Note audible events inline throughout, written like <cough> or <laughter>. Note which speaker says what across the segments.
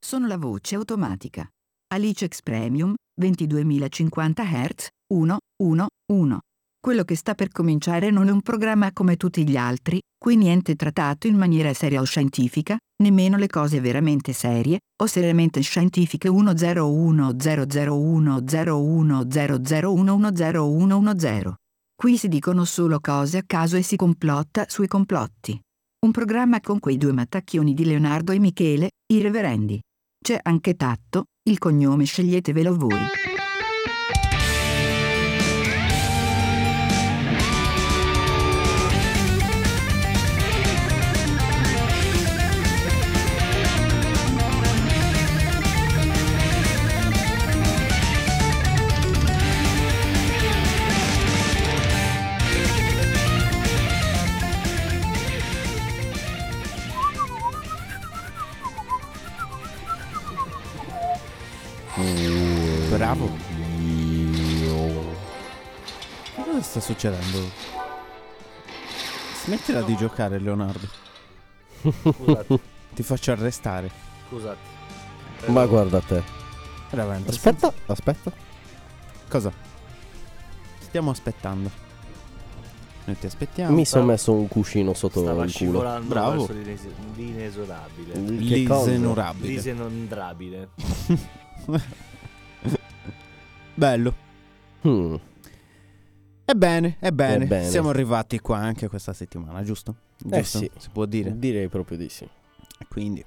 Speaker 1: sono la voce automatica. Alicex Premium 22.050 Hz 111. Quello che sta per cominciare non è un programma come tutti gli altri, qui niente è trattato in maniera seria o scientifica, nemmeno le cose veramente serie o seriamente scientifiche 1010010100100110110. Qui si dicono solo cose a caso e si complotta sui complotti. Un programma con quei due mattacchioni di Leonardo e Michele, i reverendi. C'è anche Tatto, il cognome sceglietevelo voi.
Speaker 2: Bravo. Che cosa sta succedendo? Smettila di giocare, Leonardo.
Speaker 3: Scusate,
Speaker 2: Ti faccio arrestare.
Speaker 3: scusate.
Speaker 4: Ma guarda te.
Speaker 2: Vai avanti.
Speaker 4: Aspetta, aspetta.
Speaker 2: Cosa? Stiamo aspettando. Noi ti aspettiamo.
Speaker 4: Mi sono messo un cuscino sotto
Speaker 3: Stava
Speaker 4: il culo. Mm.
Speaker 3: scivolando
Speaker 2: Bravo.
Speaker 3: verso l'ines- l'inesorabile.
Speaker 4: Che cosa?
Speaker 2: Lisenorabile.
Speaker 3: L'isenondrabile.
Speaker 2: Bello.
Speaker 4: Hmm.
Speaker 2: Ebbene, ebbene,
Speaker 4: Ebbene.
Speaker 2: siamo arrivati qua anche questa settimana, giusto?
Speaker 4: Eh
Speaker 2: Giusto?
Speaker 4: sì.
Speaker 2: Si può dire.
Speaker 4: Direi proprio di sì.
Speaker 2: Eh, Quindi,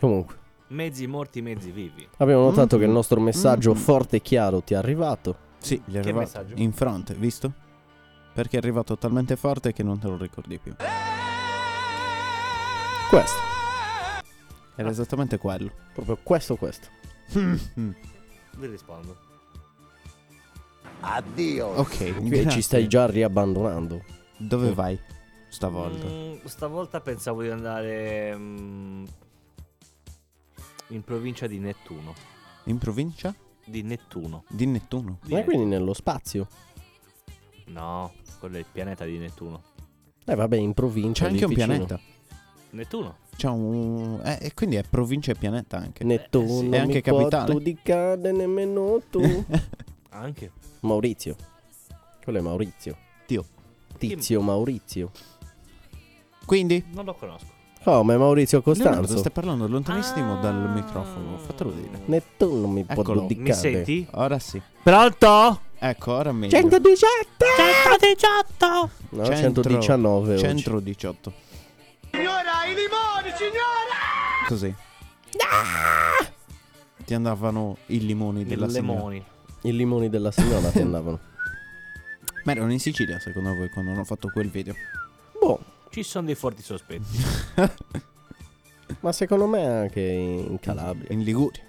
Speaker 4: Comunque,
Speaker 3: Mezzi morti, mezzi vivi.
Speaker 4: abbiamo notato
Speaker 2: Mhm.
Speaker 4: che il nostro messaggio
Speaker 2: Mhm.
Speaker 4: forte e chiaro ti è arrivato.
Speaker 2: sì, gli è arrivato
Speaker 3: messaggio?
Speaker 2: in fronte, visto? Perché è arrivato talmente forte che non te lo ricordi più.
Speaker 4: Questo, Ah.
Speaker 2: Era esattamente quello. Mm.
Speaker 4: proprio questo, questo. Mm.
Speaker 3: Vi rispondo.
Speaker 2: ok,
Speaker 4: E ci stai Mm. già riabbandonando.
Speaker 2: Dove vai stavolta?
Speaker 3: Mm, stavolta pensavo di andare mm, in provincia di Nettuno.
Speaker 2: In provincia
Speaker 3: Di Nettuno.
Speaker 2: di Nettuno.
Speaker 3: Di
Speaker 4: Ma
Speaker 3: Nettuno.
Speaker 4: quindi nello spazio.
Speaker 3: No, quello è il pianeta di Nettuno.
Speaker 4: Eh vabbè, in provincia.
Speaker 2: C'è
Speaker 4: di
Speaker 2: anche un
Speaker 4: Ticino.
Speaker 2: pianeta.
Speaker 3: Nettuno?
Speaker 2: C'è un. eh, e quindi è provincia e pianeta anche.
Speaker 4: Nettuno.
Speaker 3: sì.
Speaker 4: non
Speaker 2: Eh, È anche
Speaker 4: mi
Speaker 2: capitale.
Speaker 4: può giudicare nemmeno tu.
Speaker 2: <laughs>
Speaker 3: Anche.
Speaker 4: Maurizio. Quello è Maurizio.
Speaker 2: Tio.
Speaker 4: Tizio Maurizio.
Speaker 2: Quindi.
Speaker 3: Non lo conosco.
Speaker 4: Come Maurizio
Speaker 2: Leonardo,
Speaker 4: Costanzo?
Speaker 2: stai parlando lontanissimo dal
Speaker 3: Ah.
Speaker 2: microfono. Fatelo dire.
Speaker 4: Nettuno mi può
Speaker 2: Eccolo. Mi
Speaker 4: giudicare.
Speaker 3: Mi senti?
Speaker 2: Ora sì.
Speaker 3: Pronto?
Speaker 2: Ecco, ora meglio.
Speaker 4: 117!
Speaker 3: 118!
Speaker 4: No,
Speaker 2: Centro-
Speaker 4: 119 oggi.
Speaker 2: 118. Signora, i limoni, signora!
Speaker 4: Ah!
Speaker 2: Così. Ti andavano i limoni della signora.
Speaker 3: Lemoni.
Speaker 4: I limoni della signora
Speaker 2: <laughs>
Speaker 4: ti andavano.
Speaker 2: Ma erano in Sicilia, secondo voi, quando hanno fatto quel video?
Speaker 4: Boh,
Speaker 3: Ci sono dei forti sospetti.
Speaker 4: ma secondo me anche in Calabria.
Speaker 2: In Liguria.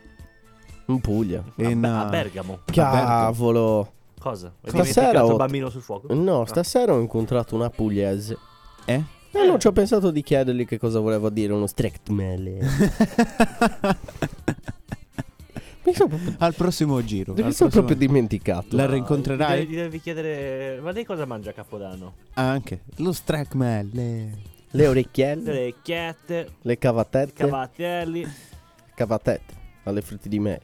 Speaker 4: In Puglia.
Speaker 3: A,
Speaker 2: <laughs> In,
Speaker 3: Be- a
Speaker 2: uh,
Speaker 3: Bergamo.
Speaker 4: Cavolo!
Speaker 3: Cosa? Hai
Speaker 4: Stasera
Speaker 3: dimenticato
Speaker 4: ho-
Speaker 3: il bambino sul fuoco?
Speaker 4: No, stasera ho incontrato una pugliese.
Speaker 2: Eh?
Speaker 4: E non ci ho pensato di chiedergli che cosa voleva dire uno strict mele. Mi sono proprio,
Speaker 2: <laughs> Al prossimo giro.
Speaker 4: mi
Speaker 2: al prossimo-
Speaker 4: sono proprio dimenticato.
Speaker 2: La
Speaker 3: No,
Speaker 2: rincontrerai?
Speaker 3: Devi, devi chiedere... Ma lei cosa mangia a Capodanno?
Speaker 2: Anche. Lo eh. Strackmel.
Speaker 4: Le
Speaker 2: Mm.
Speaker 4: orecchielle,
Speaker 3: Le chiette,
Speaker 4: le cavatette,
Speaker 3: cavatelli...
Speaker 4: cavatette, alle fritte di me.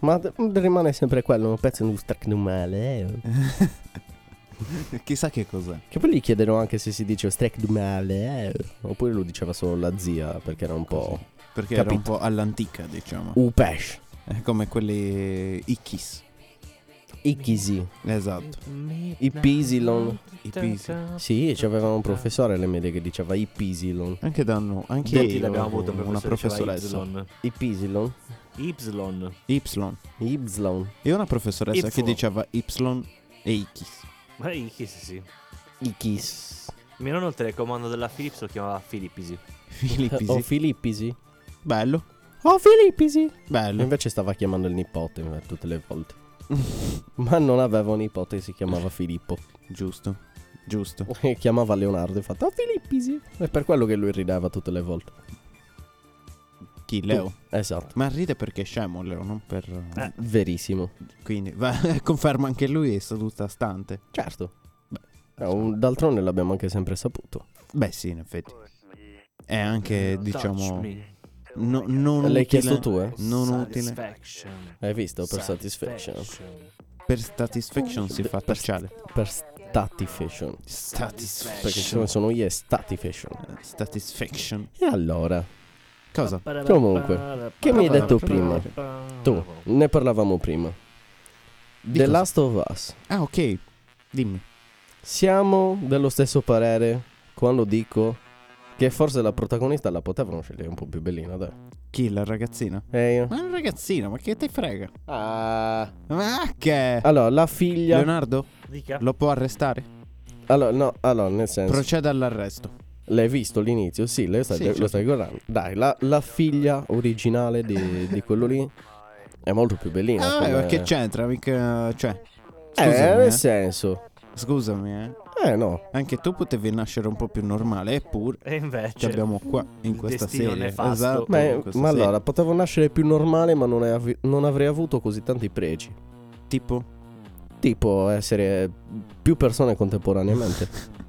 Speaker 4: Ma d- rimane sempre quello, un pezzo di uno strict mele. eh.
Speaker 2: Chissà che cos'è.
Speaker 4: Che poi gli chiedono anche se si dice "Oh, strict mele. eh, Oppure lo diceva solo la zia, perché era un po'...
Speaker 2: Perché era un
Speaker 4: Capito.
Speaker 2: po' all'antica, diciamo.
Speaker 4: Upesh.
Speaker 2: È come quelli. I Kiss.
Speaker 4: Ikkisi.
Speaker 2: Esatto.
Speaker 3: Mm.
Speaker 4: I pisilon.
Speaker 2: I pisilon.
Speaker 4: Sì, c'avevamo un professore alle medie che diceva i pisilon.
Speaker 2: Anche da noi. Anche
Speaker 3: Tutti
Speaker 2: io
Speaker 3: l'abbiamo
Speaker 2: avevo
Speaker 3: avuto un
Speaker 2: una
Speaker 3: professore che
Speaker 2: professoressa.
Speaker 3: diceva
Speaker 4: I pisilon?
Speaker 3: Y.
Speaker 2: Y.
Speaker 4: Ypsilon.
Speaker 2: E una professoressa che
Speaker 3: Y.
Speaker 2: diceva Y e I
Speaker 3: <laughs>
Speaker 2: Kiss.
Speaker 3: Ma i chi sì, sì.
Speaker 4: Ikis.
Speaker 3: Mio nonno il telecomando della Philips lo chiamava Filippisi.
Speaker 2: Filippisi.
Speaker 4: O Filippisi.
Speaker 2: Bello.
Speaker 4: Oh Filippisi.
Speaker 3: Mm.
Speaker 2: Bello.
Speaker 4: Invece stava chiamando il nipote eh, tutte le volte. <laughs> Ma non aveva un nipote, si chiamava Filippo.
Speaker 2: Giusto. Giusto.
Speaker 4: E chiamava Leonardo e fatto Oh Filippisi. È per quello che lui rideva tutte le volte.
Speaker 2: Chi? Leo.
Speaker 4: Esatto.
Speaker 2: Ma ride perché è scemo, Leo, non per.
Speaker 3: Eh,
Speaker 4: Verissimo.
Speaker 2: Quindi. va- <laughs> conferma anche lui è seduta stante.
Speaker 4: Certo.
Speaker 2: Beh,
Speaker 4: Eh, un- d'altronde l'abbiamo anche sempre saputo.
Speaker 2: Beh, sì, in effetti. È anche,
Speaker 3: Touch
Speaker 2: diciamo.
Speaker 3: me.
Speaker 2: No- non
Speaker 4: L'hai
Speaker 2: utile.
Speaker 4: chiesto tu, eh?
Speaker 2: Non utile.
Speaker 3: Satisfaction.
Speaker 4: Hai visto? Per satisfaction. eh.
Speaker 2: Per satisfaction si fa
Speaker 4: Per-
Speaker 2: tacciare.
Speaker 4: Per statifation. Perché ci sono,
Speaker 2: Satisfaction.
Speaker 4: sono gli statifation.
Speaker 2: Satisfaction.
Speaker 4: E allora?
Speaker 2: Cosa?
Speaker 4: Comunque, che mi hai detto prima? Tu, ne parlavamo prima.
Speaker 2: Di
Speaker 4: The
Speaker 2: cosa?
Speaker 4: Last of Us.
Speaker 2: Ah, ok. Dimmi.
Speaker 4: Siamo dello stesso parere quando dico che forse la protagonista la potevano scegliere un po' più bellina, dai.
Speaker 2: Chi la ragazzina?
Speaker 4: E io?
Speaker 2: Ma è un ragazzino, ma che te frega?
Speaker 4: Ah.
Speaker 2: Ma che?
Speaker 4: Allora, Eh, la figlia...
Speaker 2: Leonardo,
Speaker 3: Dica.
Speaker 2: lo può arrestare?
Speaker 4: Allora, no, allora, nel senso...
Speaker 2: Proceda all'arresto.
Speaker 4: L'hai visto l'inizio? Sì, lo stai,
Speaker 2: Sì,
Speaker 4: lo
Speaker 2: certo.
Speaker 4: stai guardando. Dai, la, la figlia originale di, di quello lì è molto più bellina.
Speaker 2: Ah,
Speaker 4: come-
Speaker 2: ma che c'entra? Mica... Cioè,
Speaker 4: Eh,
Speaker 2: Scusami, eh.
Speaker 4: nel senso.
Speaker 2: scusami, eh.
Speaker 4: Eh, no.
Speaker 2: Anche tu potevi nascere un po' più normale, eppure
Speaker 3: E invece...
Speaker 2: ci abbiamo qua in
Speaker 3: Cioè, il
Speaker 2: questa
Speaker 3: destino
Speaker 2: serie.
Speaker 3: nefasto.
Speaker 2: Esatto.
Speaker 4: Ma,
Speaker 2: in questa
Speaker 4: ma
Speaker 2: serie.
Speaker 4: allora, potevo nascere più normale, ma non, av- non avrei avuto così tanti pregi.
Speaker 2: tipo
Speaker 4: Tipo essere più
Speaker 2: <laughs>
Speaker 4: persone contemporaneamente.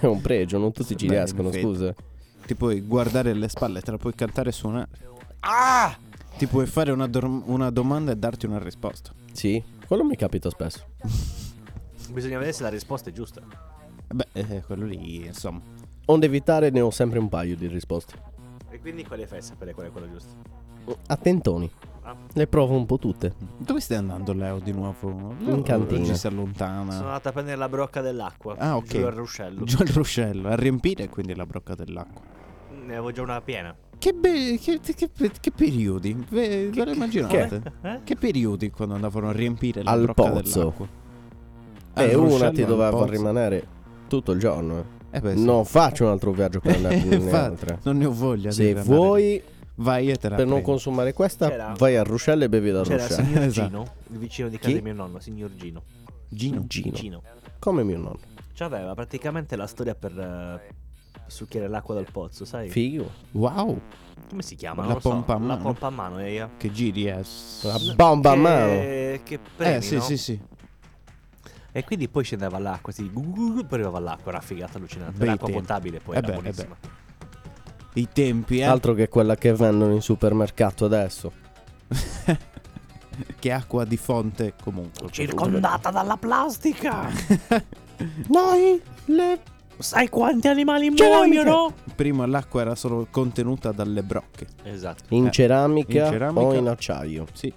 Speaker 4: È un pregio, non tutti ci
Speaker 2: Beh, in
Speaker 4: riescono,
Speaker 2: effetti.
Speaker 4: scusa.
Speaker 2: ti puoi guardare le spalle, te la puoi cantare e suonare.
Speaker 3: Ah!
Speaker 2: Ti puoi fare una, dor- una domanda e darti una risposta.
Speaker 4: Sì, quello mi capita spesso.
Speaker 3: Bisogna vedere se la risposta è giusta.
Speaker 2: Beh, eh, quello lì, insomma.
Speaker 4: Onde evitare ne ho sempre un paio di risposte.
Speaker 3: E quindi quale fai a sapere qual è quella giusta?
Speaker 4: Attentoni.
Speaker 3: Ah.
Speaker 4: Le provo un po' tutte.
Speaker 2: Dove stai andando, Leo, di nuovo?
Speaker 4: In cantina.
Speaker 2: Ci si
Speaker 3: Sono
Speaker 2: allontana.
Speaker 3: andato a prendere la brocca dell'acqua.
Speaker 2: Ah, ok.
Speaker 3: Giù al ruscello.
Speaker 2: Giù al ruscello, a riempire quindi la brocca dell'acqua.
Speaker 3: Ne avevo già una piena.
Speaker 2: Che, be- che, che- che- che periodi, ve, ve lo immaginate? Che,
Speaker 3: Eh?
Speaker 2: periodi quando andavano a riempire la
Speaker 4: Al
Speaker 2: brocca
Speaker 4: pozzo.
Speaker 2: dell'acqua? Al
Speaker 4: E una
Speaker 2: ruscello,
Speaker 4: ti
Speaker 2: al
Speaker 4: doveva
Speaker 2: pozzo.
Speaker 4: rimanere tutto il giorno. eh.
Speaker 2: Eh beh, sì.
Speaker 4: Non faccio un altro viaggio
Speaker 2: <laughs>
Speaker 4: per andare
Speaker 2: Eh,
Speaker 4: in
Speaker 2: infatti,
Speaker 4: un'altra.
Speaker 2: non ne ho voglia di
Speaker 4: Se
Speaker 2: andare lì.
Speaker 4: vuoi,
Speaker 2: vai e te la
Speaker 4: per non
Speaker 2: prendi.
Speaker 4: consumare questa,
Speaker 3: C'era-
Speaker 4: vai a ruscello e bevi da
Speaker 3: C'era
Speaker 4: ruscello.
Speaker 3: signor
Speaker 2: Esatto.
Speaker 3: Gino, il vicino di casa
Speaker 4: Chi?
Speaker 3: di mio nonno, signor Gino.
Speaker 2: Gino.
Speaker 4: Gino.
Speaker 3: Gino.
Speaker 4: Come mio nonno.
Speaker 3: C'aveva praticamente la storia per eh, succhiare l'acqua dal pozzo, sai?
Speaker 4: Figo.
Speaker 2: Wow,
Speaker 3: Come si chiama?
Speaker 2: La
Speaker 3: Non lo so.
Speaker 2: pompa a
Speaker 3: La
Speaker 2: mano.
Speaker 3: pompa a mano, eh, io.
Speaker 2: che giri è.
Speaker 4: La bomba a mano.
Speaker 3: Che, che premi,
Speaker 2: Eh, sì,
Speaker 3: no?
Speaker 2: sì, sì.
Speaker 3: E quindi poi scendeva l'acqua, si gu- gu- gu- poi arrivava l'acqua, era una figata allucinante.
Speaker 2: Bei
Speaker 3: l'acqua
Speaker 2: tempi.
Speaker 3: potabile poi
Speaker 2: Eh
Speaker 3: era
Speaker 2: beh, eh
Speaker 3: buonissima.
Speaker 2: I tempi, eh.
Speaker 4: Altro che quella che vendono in supermercato adesso.
Speaker 2: che acqua di fonte comunque.
Speaker 3: Circondata
Speaker 2: <laughs>
Speaker 3: dalla plastica!
Speaker 4: Noi le...
Speaker 3: Sai quanti animali
Speaker 4: Ceramiche!
Speaker 3: muoiono?
Speaker 2: Prima l'acqua era solo contenuta dalle brocche.
Speaker 3: Esatto.
Speaker 4: In,
Speaker 2: Eh,
Speaker 4: ceramica
Speaker 2: in ceramica.
Speaker 4: o in acciaio?
Speaker 2: Sì.
Speaker 4: Io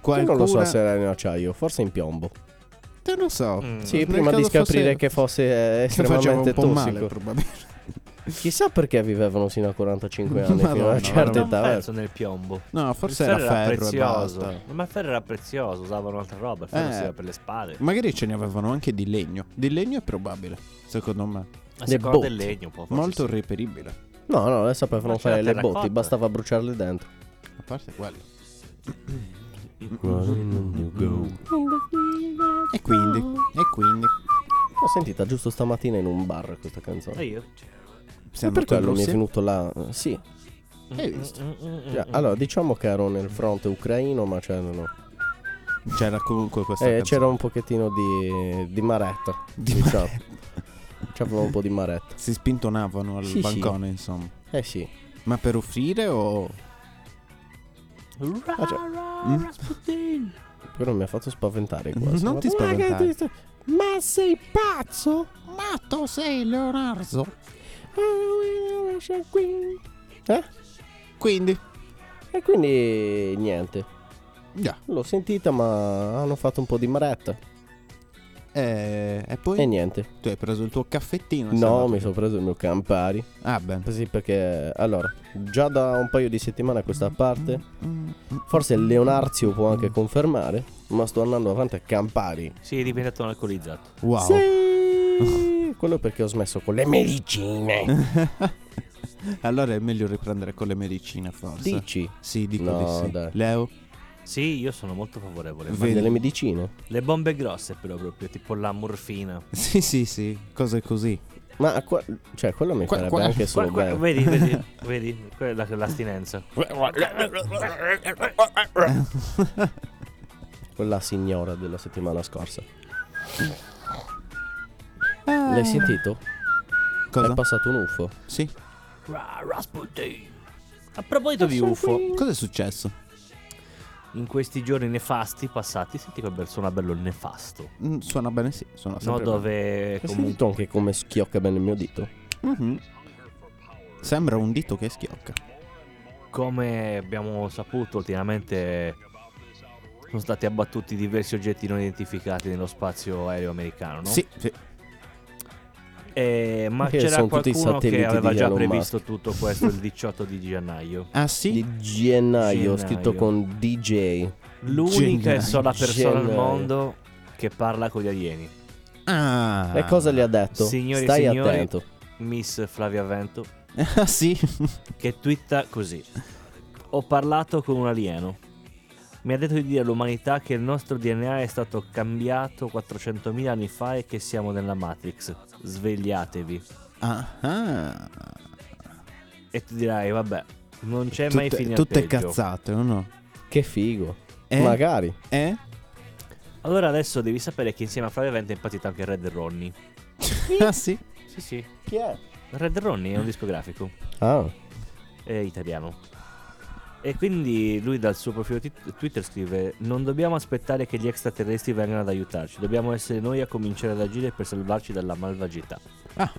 Speaker 2: Qualcuna...
Speaker 4: non lo so se era in acciaio, forse in piombo.
Speaker 2: Te lo so.
Speaker 3: Mm.
Speaker 4: Sì,
Speaker 2: Nel
Speaker 4: prima di
Speaker 2: caso fosse-
Speaker 4: scoprire che fosse eh,
Speaker 2: che faceva
Speaker 4: estremamente
Speaker 2: un po'
Speaker 4: tossico.
Speaker 2: male, probabilmente.
Speaker 4: Chissà perché vivevano sino a 45 anni, fino a
Speaker 2: Madonna,
Speaker 4: una certa
Speaker 2: guarda.
Speaker 3: Non
Speaker 4: età.
Speaker 3: penso nel piombo.
Speaker 2: No,
Speaker 3: Il
Speaker 2: forse era ferro e
Speaker 3: prezioso.
Speaker 2: basta.
Speaker 3: Ma il ferro era prezioso, usavano altra roba, il ferro
Speaker 2: Eh.
Speaker 3: serviva per le spade.
Speaker 2: Magari ce ne avevano anche di legno. Di legno è probabile, secondo me.
Speaker 3: Ma
Speaker 4: Le
Speaker 3: secondo
Speaker 4: botte.
Speaker 3: del legno, può
Speaker 2: Molto reperibile.
Speaker 4: No, no, le sapevano
Speaker 3: Ma
Speaker 4: fare
Speaker 3: c'era
Speaker 4: le
Speaker 3: terracotta.
Speaker 4: botti, bastava bruciarle dentro.
Speaker 2: A parte quello.
Speaker 4: L'ho
Speaker 2: E quindi, e quindi.
Speaker 4: sentita giusto stamattina in un bar questa
Speaker 3: E
Speaker 4: canzone.
Speaker 3: io?
Speaker 4: E
Speaker 2: Siamo
Speaker 4: per quello mi
Speaker 2: Russia.
Speaker 4: è venuto là. Sì.
Speaker 2: Hai
Speaker 3: Mm,
Speaker 2: visto?
Speaker 4: Cioè, allora, diciamo che ero nel fronte ucraino, ma cioè, c'erano.
Speaker 2: C'era comunque questa
Speaker 4: Eh,
Speaker 2: canzone.
Speaker 4: c'era un pochettino di, di maretta.
Speaker 2: Di
Speaker 4: diciamo. C'avevo un po' di maretta.
Speaker 2: Si spintonavano al
Speaker 4: Sì, sì.
Speaker 2: bancone, insomma.
Speaker 4: Eh sì.
Speaker 2: Ma per offrire o...
Speaker 4: Ah, cioè,
Speaker 2: Mm?
Speaker 4: però mi ha fatto spaventare quasi.
Speaker 2: Non ti
Speaker 4: Ma che
Speaker 2: spaventare.
Speaker 4: ti sta- Ma sei pazzo? Ah,
Speaker 2: Matto sei Leonardo.
Speaker 4: Eh?
Speaker 2: Quindi...
Speaker 4: E quindi niente.
Speaker 2: Già.
Speaker 4: L'ho sentita, ma hanno fatto un po' di maretta.
Speaker 2: Eh, e poi
Speaker 4: E niente.
Speaker 2: tu hai preso il tuo caffettino. e sei
Speaker 4: No,
Speaker 2: andato
Speaker 4: mi
Speaker 2: via.
Speaker 4: sono preso il mio Campari.
Speaker 2: Ah, beh.
Speaker 4: Sì, perché allora, già da un paio di settimane a questa parte, forse Leonarzio può anche confermare, ma sto andando avanti a Campari.
Speaker 3: Sì, è diventato un alcolizzato.
Speaker 2: Wow.
Speaker 4: Sì! <laughs> Quello perché ho smesso con le
Speaker 2: Eh,
Speaker 4: medicine.
Speaker 2: <laughs> Allora è meglio riprendere con le medicine, forse.
Speaker 4: Dici?
Speaker 2: Sì, dico
Speaker 4: No,
Speaker 2: di sì.
Speaker 4: dai.
Speaker 2: Leo?
Speaker 3: Sì, io sono molto favorevole.
Speaker 2: Ve-
Speaker 4: Ma
Speaker 2: Vedi.
Speaker 4: delle medicine?
Speaker 3: Le bombe grosse però proprio, tipo la morfina.
Speaker 2: Sì, sì, sì. Cose così.
Speaker 4: Ma qua- cioè, quello mi
Speaker 2: Qua-
Speaker 4: farebbe
Speaker 2: qua-
Speaker 4: anche solo
Speaker 3: Qua- qua-
Speaker 4: bene.
Speaker 3: vedi,
Speaker 4: <laughs>
Speaker 3: vedi, vedi, quella che è l'astinenza.
Speaker 4: Quella signora della settimana scorsa.
Speaker 2: Ah.
Speaker 4: L'hai sentito?
Speaker 2: Cosa?
Speaker 4: È passato un UFO.
Speaker 2: sì.
Speaker 3: Rasputin. A proposito di UFO,
Speaker 2: Cosa è successo?
Speaker 3: in questi giorni nefasti passati, senti che bel suona bello il nefasto.
Speaker 2: Mm, Suona bene, sì. Suona
Speaker 3: No,
Speaker 2: sempre bene.
Speaker 3: dove
Speaker 4: Hai
Speaker 3: comunque
Speaker 4: sentito anche come schiocca bene il mio dito?
Speaker 2: Mhm. Sembra un dito che schiocca.
Speaker 3: Come abbiamo saputo ultimamente sono stati abbattuti diversi oggetti non identificati nello spazio aereo americano, no?
Speaker 2: Sì, sì.
Speaker 3: Eh, ma
Speaker 4: Perché
Speaker 3: c'era
Speaker 4: sono tutti i
Speaker 3: qualcuno che
Speaker 4: satelliti
Speaker 3: aveva
Speaker 4: di
Speaker 3: già
Speaker 4: Elon
Speaker 3: previsto tutto questo il 18 di gennaio.
Speaker 2: Ah, sì?
Speaker 4: Di gennaio,
Speaker 3: Gennaio.
Speaker 4: scritto con DJ.
Speaker 3: L'unica
Speaker 2: Gennaio.
Speaker 3: e sola persona al
Speaker 4: Gennaio.
Speaker 3: mondo che parla con gli alieni.
Speaker 2: Ah.
Speaker 4: E cosa le ha detto?
Speaker 3: Signori e
Speaker 4: Stai
Speaker 3: signori.
Speaker 4: attento.
Speaker 3: Miss Flavia Vento
Speaker 2: <laughs> Ah, sì.
Speaker 3: che twitta così. Ho parlato con un alieno. Mi ha detto di dire all'umanità che il nostro DNA è stato cambiato 400.000 anni fa e che siamo nella Matrix. Svegliatevi.
Speaker 2: Ah, ah.
Speaker 3: E tu dirai, vabbè, non c'è mai
Speaker 2: Tutte-
Speaker 3: fine al
Speaker 2: tutte
Speaker 3: peggio.
Speaker 2: cazzate, o no?
Speaker 4: Che figo.
Speaker 2: Eh?
Speaker 4: Magari.
Speaker 2: Eh?
Speaker 3: Allora adesso devi sapere che insieme a Flavia Vento è impazzito anche Red Ronnie.
Speaker 2: Ah,
Speaker 3: <laughs>
Speaker 2: sì.
Speaker 3: Sì, sì.
Speaker 4: Chi è?
Speaker 3: Red Ronnie è un discografico
Speaker 4: Ah,
Speaker 3: è italiano. E quindi lui dal suo profilo ti- Twitter scrive: Non dobbiamo aspettare che gli extraterrestri vengano ad aiutarci, dobbiamo essere noi a cominciare ad agire per salvarci dalla malvagità.
Speaker 2: Ah.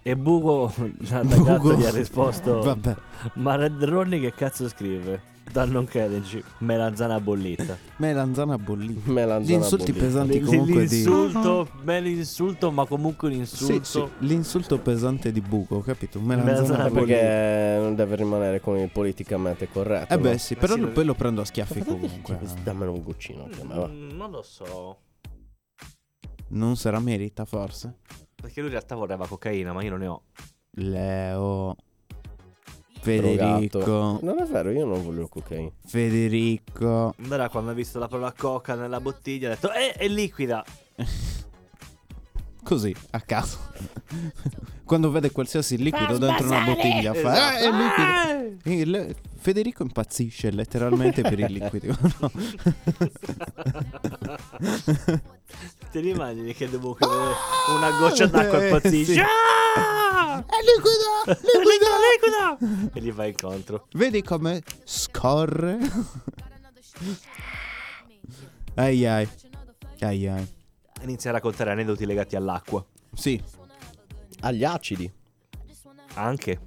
Speaker 3: E Bugo <laughs> l'ha
Speaker 2: Bugo.
Speaker 3: attaccato gli ha risposto:
Speaker 2: <laughs> Vabbè.
Speaker 3: Ma Red Ronnie che cazzo scrive? Da non crederci, melanzana bollita.
Speaker 2: <laughs> Melanzana bollita.
Speaker 4: melanzana
Speaker 2: Gli insulti
Speaker 4: bollita.
Speaker 2: pesanti comunque di...
Speaker 3: L'insulto, bel insulto, ma comunque un
Speaker 2: Sì,
Speaker 3: insulto.
Speaker 2: sì, l'insulto pesante di buco, capito? Melanzana
Speaker 3: Melanzana
Speaker 2: bollita.
Speaker 4: Perché non deve rimanere con il politicamente corretto.
Speaker 2: Eh
Speaker 4: no?
Speaker 2: beh sì,
Speaker 3: Ma
Speaker 2: però
Speaker 3: sì,
Speaker 2: poi lo prendo a
Speaker 4: Ma
Speaker 2: schiaffi
Speaker 4: perché-
Speaker 2: comunque.
Speaker 4: Dammelo un goccino. anche a me, va.
Speaker 3: Mm, non lo so.
Speaker 2: Non sarà merita forse?
Speaker 3: Perché lui in realtà voleva cocaina, ma io non ne ho.
Speaker 2: Leo...
Speaker 4: Drogato.
Speaker 2: Federico...
Speaker 4: Non è vero, io non voglio cocaina.
Speaker 2: Federico...
Speaker 3: Allora, quando ha visto la parola coca nella bottiglia, ha detto: Eh, è liquida!
Speaker 2: Così, a caso. <laughs> Quando vede qualsiasi liquido dentro una bottiglia fa... "Ah, è liquido".
Speaker 3: Esatto.
Speaker 2: E le- Federico impazzisce letteralmente per il <laughs> liquido. no?
Speaker 3: <laughs> Ti immagini che devo bere una goccia d'acqua e
Speaker 2: Eh,
Speaker 3: impazzisce?
Speaker 2: sì.
Speaker 3: Ah!
Speaker 2: È liquido!
Speaker 3: Liquida, liquida! E gli va incontro.
Speaker 2: Vedi come scorre? ai ai. Ai ai.
Speaker 3: Inizia a raccontare aneddoti legati all'acqua.
Speaker 2: Sì,
Speaker 4: Agli acidi,
Speaker 3: Anche.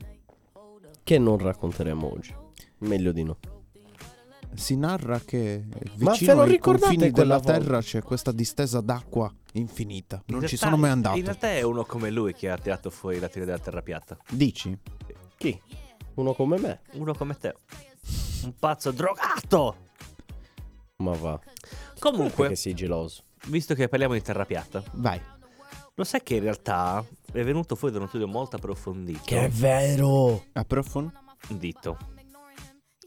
Speaker 4: che non racconteremo oggi. Meglio di no.
Speaker 2: si narra che
Speaker 4: Ma ve
Speaker 2: vicino
Speaker 4: lo
Speaker 2: ai
Speaker 4: ricordate
Speaker 2: confini della
Speaker 4: quella volta?
Speaker 2: terra c'è questa distesa d'acqua infinita. Non
Speaker 3: In
Speaker 2: ci
Speaker 3: realtà-
Speaker 2: sono mai
Speaker 3: In
Speaker 2: andato.
Speaker 3: realtà è uno come lui che ha tirato fuori la teoria della terra piatta.
Speaker 2: Dici?
Speaker 4: Chi? Uno come me?
Speaker 3: Uno come te. Un pazzo drogato!
Speaker 4: Ma va.
Speaker 3: Comunque,
Speaker 4: Perché sei geloso.
Speaker 3: visto che parliamo di terra piatta,
Speaker 2: Vai.
Speaker 3: lo sai che in realtà è venuto fuori da uno studio molto approfondito.
Speaker 4: vero!
Speaker 2: Approfon.
Speaker 3: dito.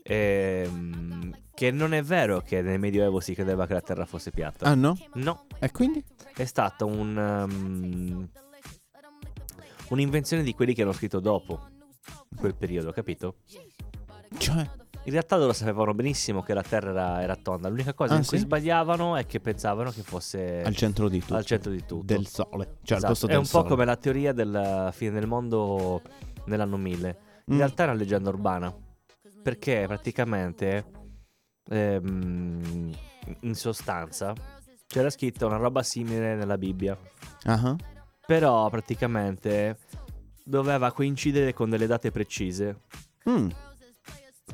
Speaker 3: Ehm, che non è vero che nel Medioevo si credeva che la Terra fosse piatta.
Speaker 2: Ah no?
Speaker 3: No,
Speaker 2: E quindi?
Speaker 3: è stata un, um, un'invenzione di quelli che hanno scritto dopo quel periodo, capito?
Speaker 2: Cioè,
Speaker 3: In realtà loro sapevano benissimo che la Terra era, era tonda. L'unica cosa
Speaker 2: Ah,
Speaker 3: in cui
Speaker 2: sì?
Speaker 3: sbagliavano è che pensavano che fosse
Speaker 2: al centro di tutto.
Speaker 3: al centro di tutto.
Speaker 2: Del sole. Cioè, al
Speaker 3: Esatto.
Speaker 2: posto
Speaker 3: è
Speaker 2: del
Speaker 3: un
Speaker 2: sole.
Speaker 3: po' come la teoria della fine del mondo nell'anno 1000. In
Speaker 2: Mm.
Speaker 3: realtà è una leggenda urbana. Perché praticamente, ehm, in sostanza, c'era scritta una roba simile nella Bibbia.
Speaker 2: Ah,
Speaker 3: Però praticamente doveva coincidere con delle date precise.
Speaker 2: ah. Mm.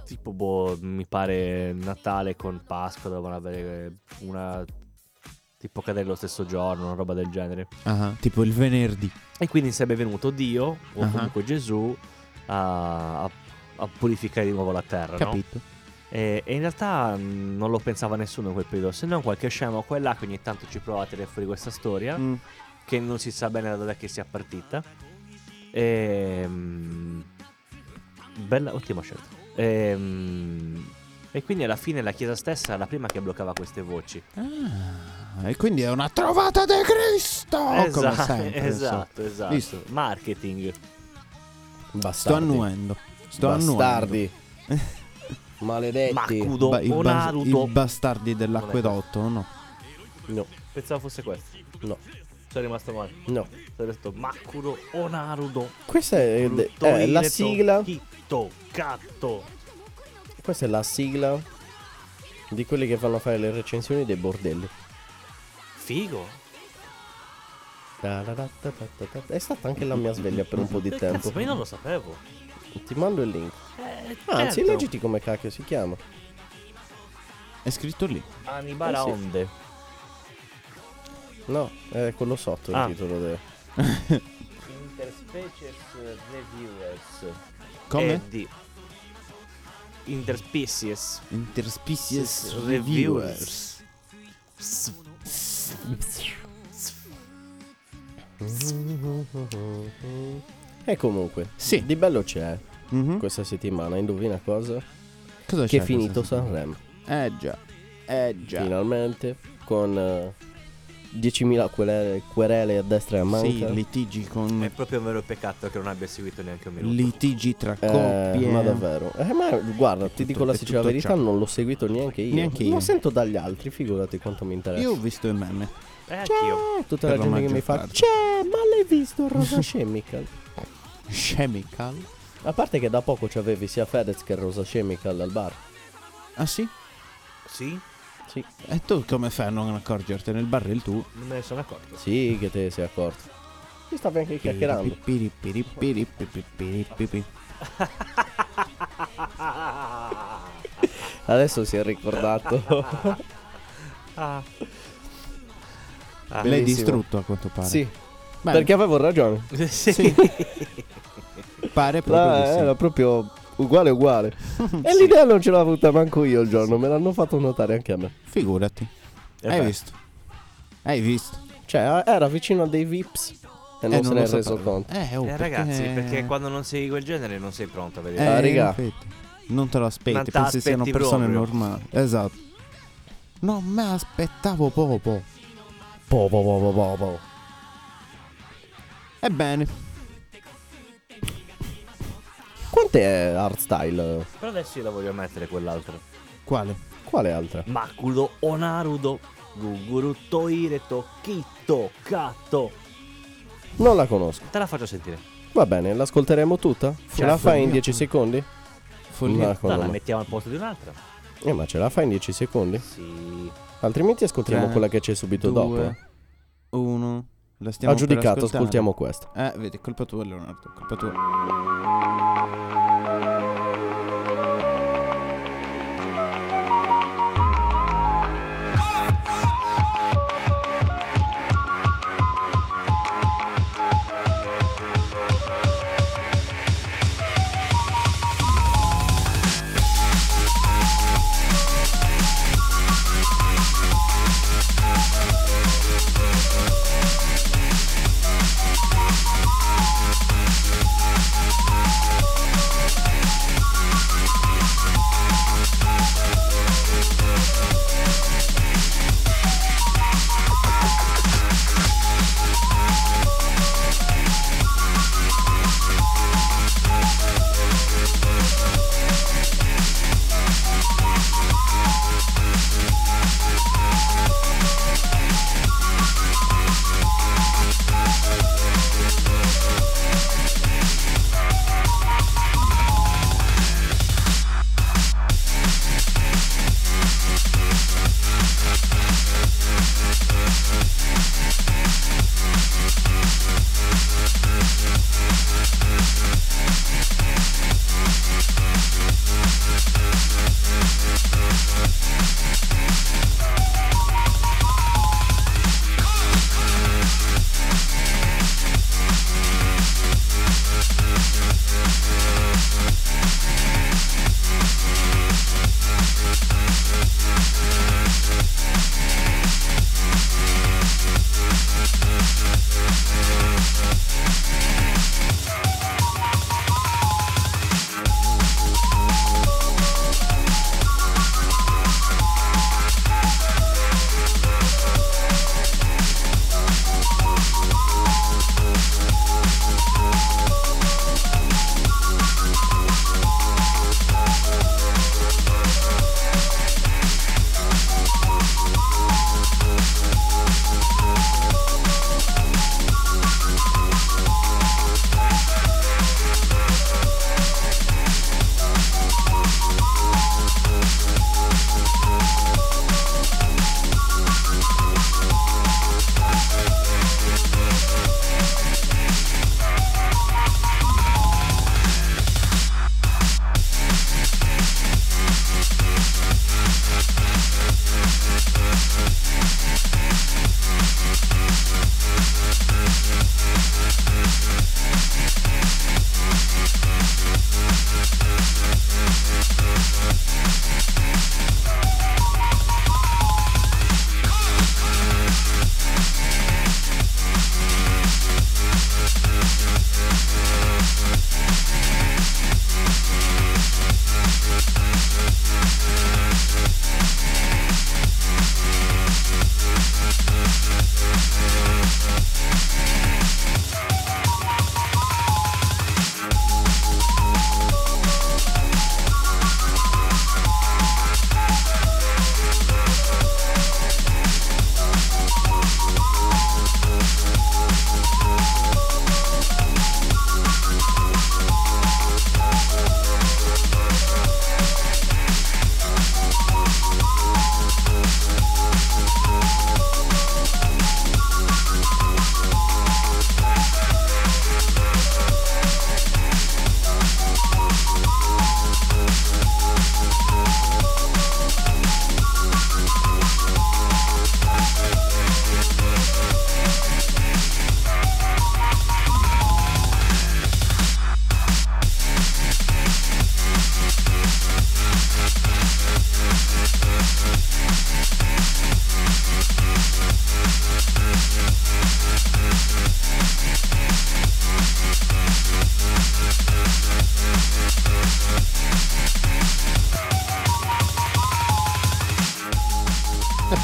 Speaker 3: Tipo, boh, mi pare Natale con Pasqua dovevano avere una... Tipo cadere lo stesso giorno, una roba del genere.
Speaker 2: Ah, tipo il venerdì.
Speaker 3: E quindi sarebbe venuto Dio, o
Speaker 2: Ah.
Speaker 3: comunque Gesù, a, a- a purificare di nuovo la terra. Ah, no?
Speaker 2: Capito?
Speaker 3: E, e in realtà mh, non lo pensava nessuno in quel periodo, se non qualche scemo qua e là che ogni tanto ci prova a tirare fuori questa storia,
Speaker 2: Mm.
Speaker 3: che non si sa bene da dove che sia partita. Ehm, bella, ottima scelta. Ehm, e quindi alla fine la Chiesa stessa è la prima che bloccava queste voci.
Speaker 2: Ah, e quindi è una trovata di Cristo! Oh, come
Speaker 3: Esa- <laughs>
Speaker 2: sempre, insomma.
Speaker 3: esatto, esatto.
Speaker 2: Visto.
Speaker 3: Marketing.
Speaker 2: Sto
Speaker 4: Bastardi.
Speaker 2: annuendo. Sto annuendo.
Speaker 4: <laughs> Bastardi. Maledetti.
Speaker 3: Marcudo,
Speaker 2: Ba- Eh, il
Speaker 3: o
Speaker 2: bas-
Speaker 3: Naruto.
Speaker 2: I bastardi dell'acquedotto, no?
Speaker 4: No,
Speaker 3: Pensavo fosse questo.
Speaker 4: no.
Speaker 3: Sono rimasto male.
Speaker 4: No.
Speaker 3: Sono detto Makuro Onarudo.
Speaker 4: Questa è, de- eh,
Speaker 3: Toiletto,
Speaker 4: è la sigla.
Speaker 3: Kitto, catto.
Speaker 4: Questa è la sigla di quelli che fanno fare le recensioni dei bordelli.
Speaker 3: Figo.
Speaker 4: Ta-ra-ra-ta-ta-ta-ta. È stata anche la mia sveglia per un po' di
Speaker 3: Eh,
Speaker 4: tempo.
Speaker 3: Cazzo, ma io non lo sapevo.
Speaker 4: Ti mando il link.
Speaker 3: Eh,
Speaker 4: Ah, Anzi,
Speaker 3: certo.
Speaker 4: leggiti come cacchio si chiama.
Speaker 2: È scritto lì.
Speaker 3: Anibara
Speaker 4: Eh, sì.
Speaker 3: Onde.
Speaker 4: No, è quello sotto
Speaker 3: Ah.
Speaker 4: il titolo. De...
Speaker 3: <laughs> Interspecies Reviewers.
Speaker 2: Come?
Speaker 3: E di Interspecies
Speaker 2: Interspecies Reviewers.
Speaker 3: Reviewers.
Speaker 4: E comunque,
Speaker 2: Sì.
Speaker 4: di bello c'è
Speaker 2: Mhm.
Speaker 4: questa settimana. Indovina cosa?
Speaker 2: Cosa
Speaker 4: Che
Speaker 2: c'è
Speaker 4: è finito
Speaker 2: questa settimana?
Speaker 4: Sanremo.
Speaker 2: Eh già. Eh già.
Speaker 4: Finalmente, con eh, 10.000 querele, querele a destra e a manca.
Speaker 2: Sì, litigi con
Speaker 3: È proprio un vero peccato che non abbia seguito neanche un minuto.
Speaker 2: litigi tra
Speaker 4: Eh,
Speaker 2: coppie.
Speaker 4: ma davvero Eh, ma guarda ti
Speaker 2: tutto-
Speaker 4: dico la
Speaker 2: è
Speaker 4: sincera
Speaker 2: tutto
Speaker 4: verità
Speaker 2: ciò.
Speaker 4: non l'ho seguito neanche io
Speaker 2: Neanche io.
Speaker 4: lo sento dagli altri figurati quanto mi interessa
Speaker 2: Io ho visto il meme.
Speaker 3: Eh, anch'io.
Speaker 4: Eh, tutta
Speaker 2: Per la
Speaker 4: la gente che mi
Speaker 2: maggior
Speaker 4: fa
Speaker 2: parte.
Speaker 4: c'è ma l'hai
Speaker 2: <laughs>
Speaker 4: visto Rosa Chemical
Speaker 2: Chemical.
Speaker 4: a parte che da poco c'avevi sia Fedez che Rosa Chemical al bar
Speaker 2: Ah sì?
Speaker 3: Sì?
Speaker 4: sì
Speaker 2: E tu come fai a non accorgertene? Il bar è il tuo.
Speaker 3: Non me ne sono accorto.
Speaker 4: sì che te sei accorto ti stavi anche chiacchierando
Speaker 2: Piripiripiripiripiripiripipi.
Speaker 4: adesso si
Speaker 2: <laughs>
Speaker 4: è ricordato
Speaker 3: Ah.
Speaker 2: L'hai
Speaker 4: Bellissimo.
Speaker 2: distrutto a quanto pare.
Speaker 4: sì
Speaker 2: Beh,
Speaker 4: perché avevo ragione
Speaker 3: <laughs> Sì. eh,
Speaker 2: pare proprio
Speaker 4: Ah,
Speaker 2: di sì.
Speaker 4: era proprio uguale uguale.
Speaker 2: <laughs>
Speaker 4: e l'idea non ce l'ho avuta manco io il giorno, me l'hanno fatto notare anche a me.
Speaker 2: Figurati.
Speaker 3: Eh
Speaker 2: Hai
Speaker 3: beh.
Speaker 2: visto? Hai visto?
Speaker 4: Cioè, era vicino a dei VIPs e non
Speaker 2: Eh,
Speaker 4: se ne è
Speaker 2: lo
Speaker 4: reso
Speaker 2: sapevo.
Speaker 4: conto.
Speaker 2: Eh, oh,
Speaker 3: Eh, ragazzi, perché quando non segui quel genere non sei pronto a
Speaker 2: Eh,
Speaker 3: vedere.
Speaker 4: Ah, raga.
Speaker 2: infatti. Non te lo aspetti,
Speaker 3: Non te
Speaker 2: pensi siano
Speaker 3: aspetti
Speaker 2: persone
Speaker 3: proprio.
Speaker 2: normali. Esatto. Non me aspettavo poco.
Speaker 4: Po, po, po, po, po, po.
Speaker 2: Ebbene,
Speaker 4: Quant'è Hardstyle?
Speaker 3: Però adesso io la voglio mettere quell'altra.
Speaker 2: quale?
Speaker 4: Quale altra?
Speaker 3: Makudo Onarudo Guguru Toireto Kitto Katto.
Speaker 4: Non la conosco.
Speaker 3: Te la faccio sentire.
Speaker 4: Va bene, l'ascolteremo tutta? Ce
Speaker 2: Cioè,
Speaker 4: la fai in
Speaker 2: follia.
Speaker 4: 10 secondi?
Speaker 2: Follia.
Speaker 4: No,
Speaker 3: No,
Speaker 4: come
Speaker 3: la
Speaker 4: no.
Speaker 3: mettiamo al posto di un'altra.
Speaker 4: Eh, ma ce la fai in 10 secondi?
Speaker 3: Sì.
Speaker 4: Altrimenti ascoltiamo
Speaker 2: Tre,
Speaker 4: quella che c'è subito dopo.
Speaker 2: Cioè, Due, uno. La stiamo
Speaker 4: Ha
Speaker 2: per
Speaker 4: giudicato,
Speaker 2: ascoltare.
Speaker 4: ascoltiamo questa.
Speaker 2: Eh, vedi, colpa tua Leonardo, colpa tua.
Speaker 5: Thank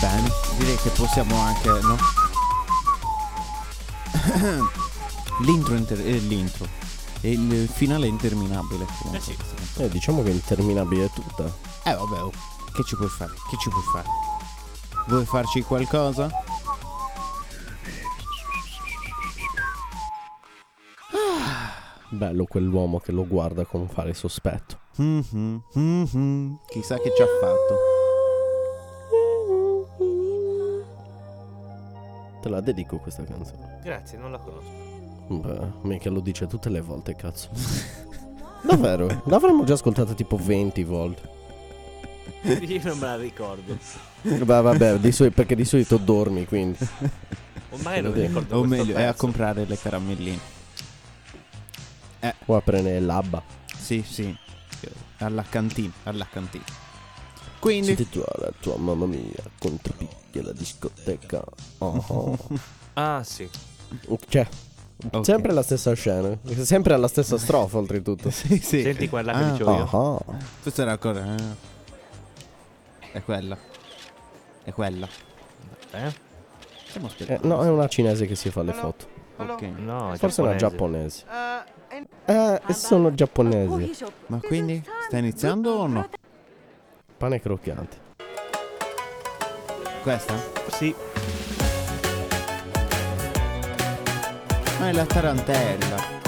Speaker 2: Bene, direi che possiamo anche, no? <coughs> l'intro, inter- eh, l'intro. E il finale è interminabile. comunque.
Speaker 3: Eh sì.
Speaker 4: Eh, diciamo che è interminabile tutta.
Speaker 2: Eh, vabbè, oh, che ci puoi fare? Che ci puoi fare? Vuoi farci qualcosa?
Speaker 4: Bello quell'uomo che lo guarda con fare sospetto.
Speaker 2: Mhm, mhm. Chissà che ci ha fatto.
Speaker 4: Te la dedico questa canzone.
Speaker 3: Grazie, non la conosco.
Speaker 4: Beh, mica lo dice tutte le volte, cazzo. Davvero? L'avremmo già ascoltata tipo 20 volte.
Speaker 3: <laughs> Io non me la ricordo.
Speaker 4: Beh, vabbè, di soli- perché di solito dormi, quindi.
Speaker 3: O magari non mi
Speaker 4: Sì.
Speaker 3: ricordo
Speaker 2: O
Speaker 3: questo
Speaker 2: meglio, è a
Speaker 3: pezzo.
Speaker 2: comprare le caramelline.
Speaker 4: O a prendere l'abba.
Speaker 2: Sì, sì. Alla cantina, alla cantina. Quindi,
Speaker 4: Senti tu la tua mamma mia contro picchia la discoteca. Oh, oh.
Speaker 3: Ah, sì.
Speaker 4: Cioè,
Speaker 2: Ok.
Speaker 4: sempre la stessa scena. Sempre la stessa strofa,
Speaker 2: <laughs>
Speaker 4: oltretutto.
Speaker 2: sì, sì.
Speaker 3: Senti quella che
Speaker 2: Ah,
Speaker 3: dicevo
Speaker 4: Oh,
Speaker 3: io.
Speaker 4: oh.
Speaker 2: Questa era ancora. eh. È quella. È quella.
Speaker 3: Eh?
Speaker 2: Stiamo
Speaker 4: Eh,
Speaker 2: aspettando.
Speaker 4: no, è una cinese che si fa le foto.
Speaker 2: Ok.
Speaker 3: No, è
Speaker 4: Forse una
Speaker 3: giapponese.
Speaker 4: giapponese. Eh, sono giapponesi.
Speaker 2: Ma quindi sta iniziando o no?
Speaker 4: Pane croccante.
Speaker 2: Questa?
Speaker 3: Sì,
Speaker 2: Ma è la tarantella.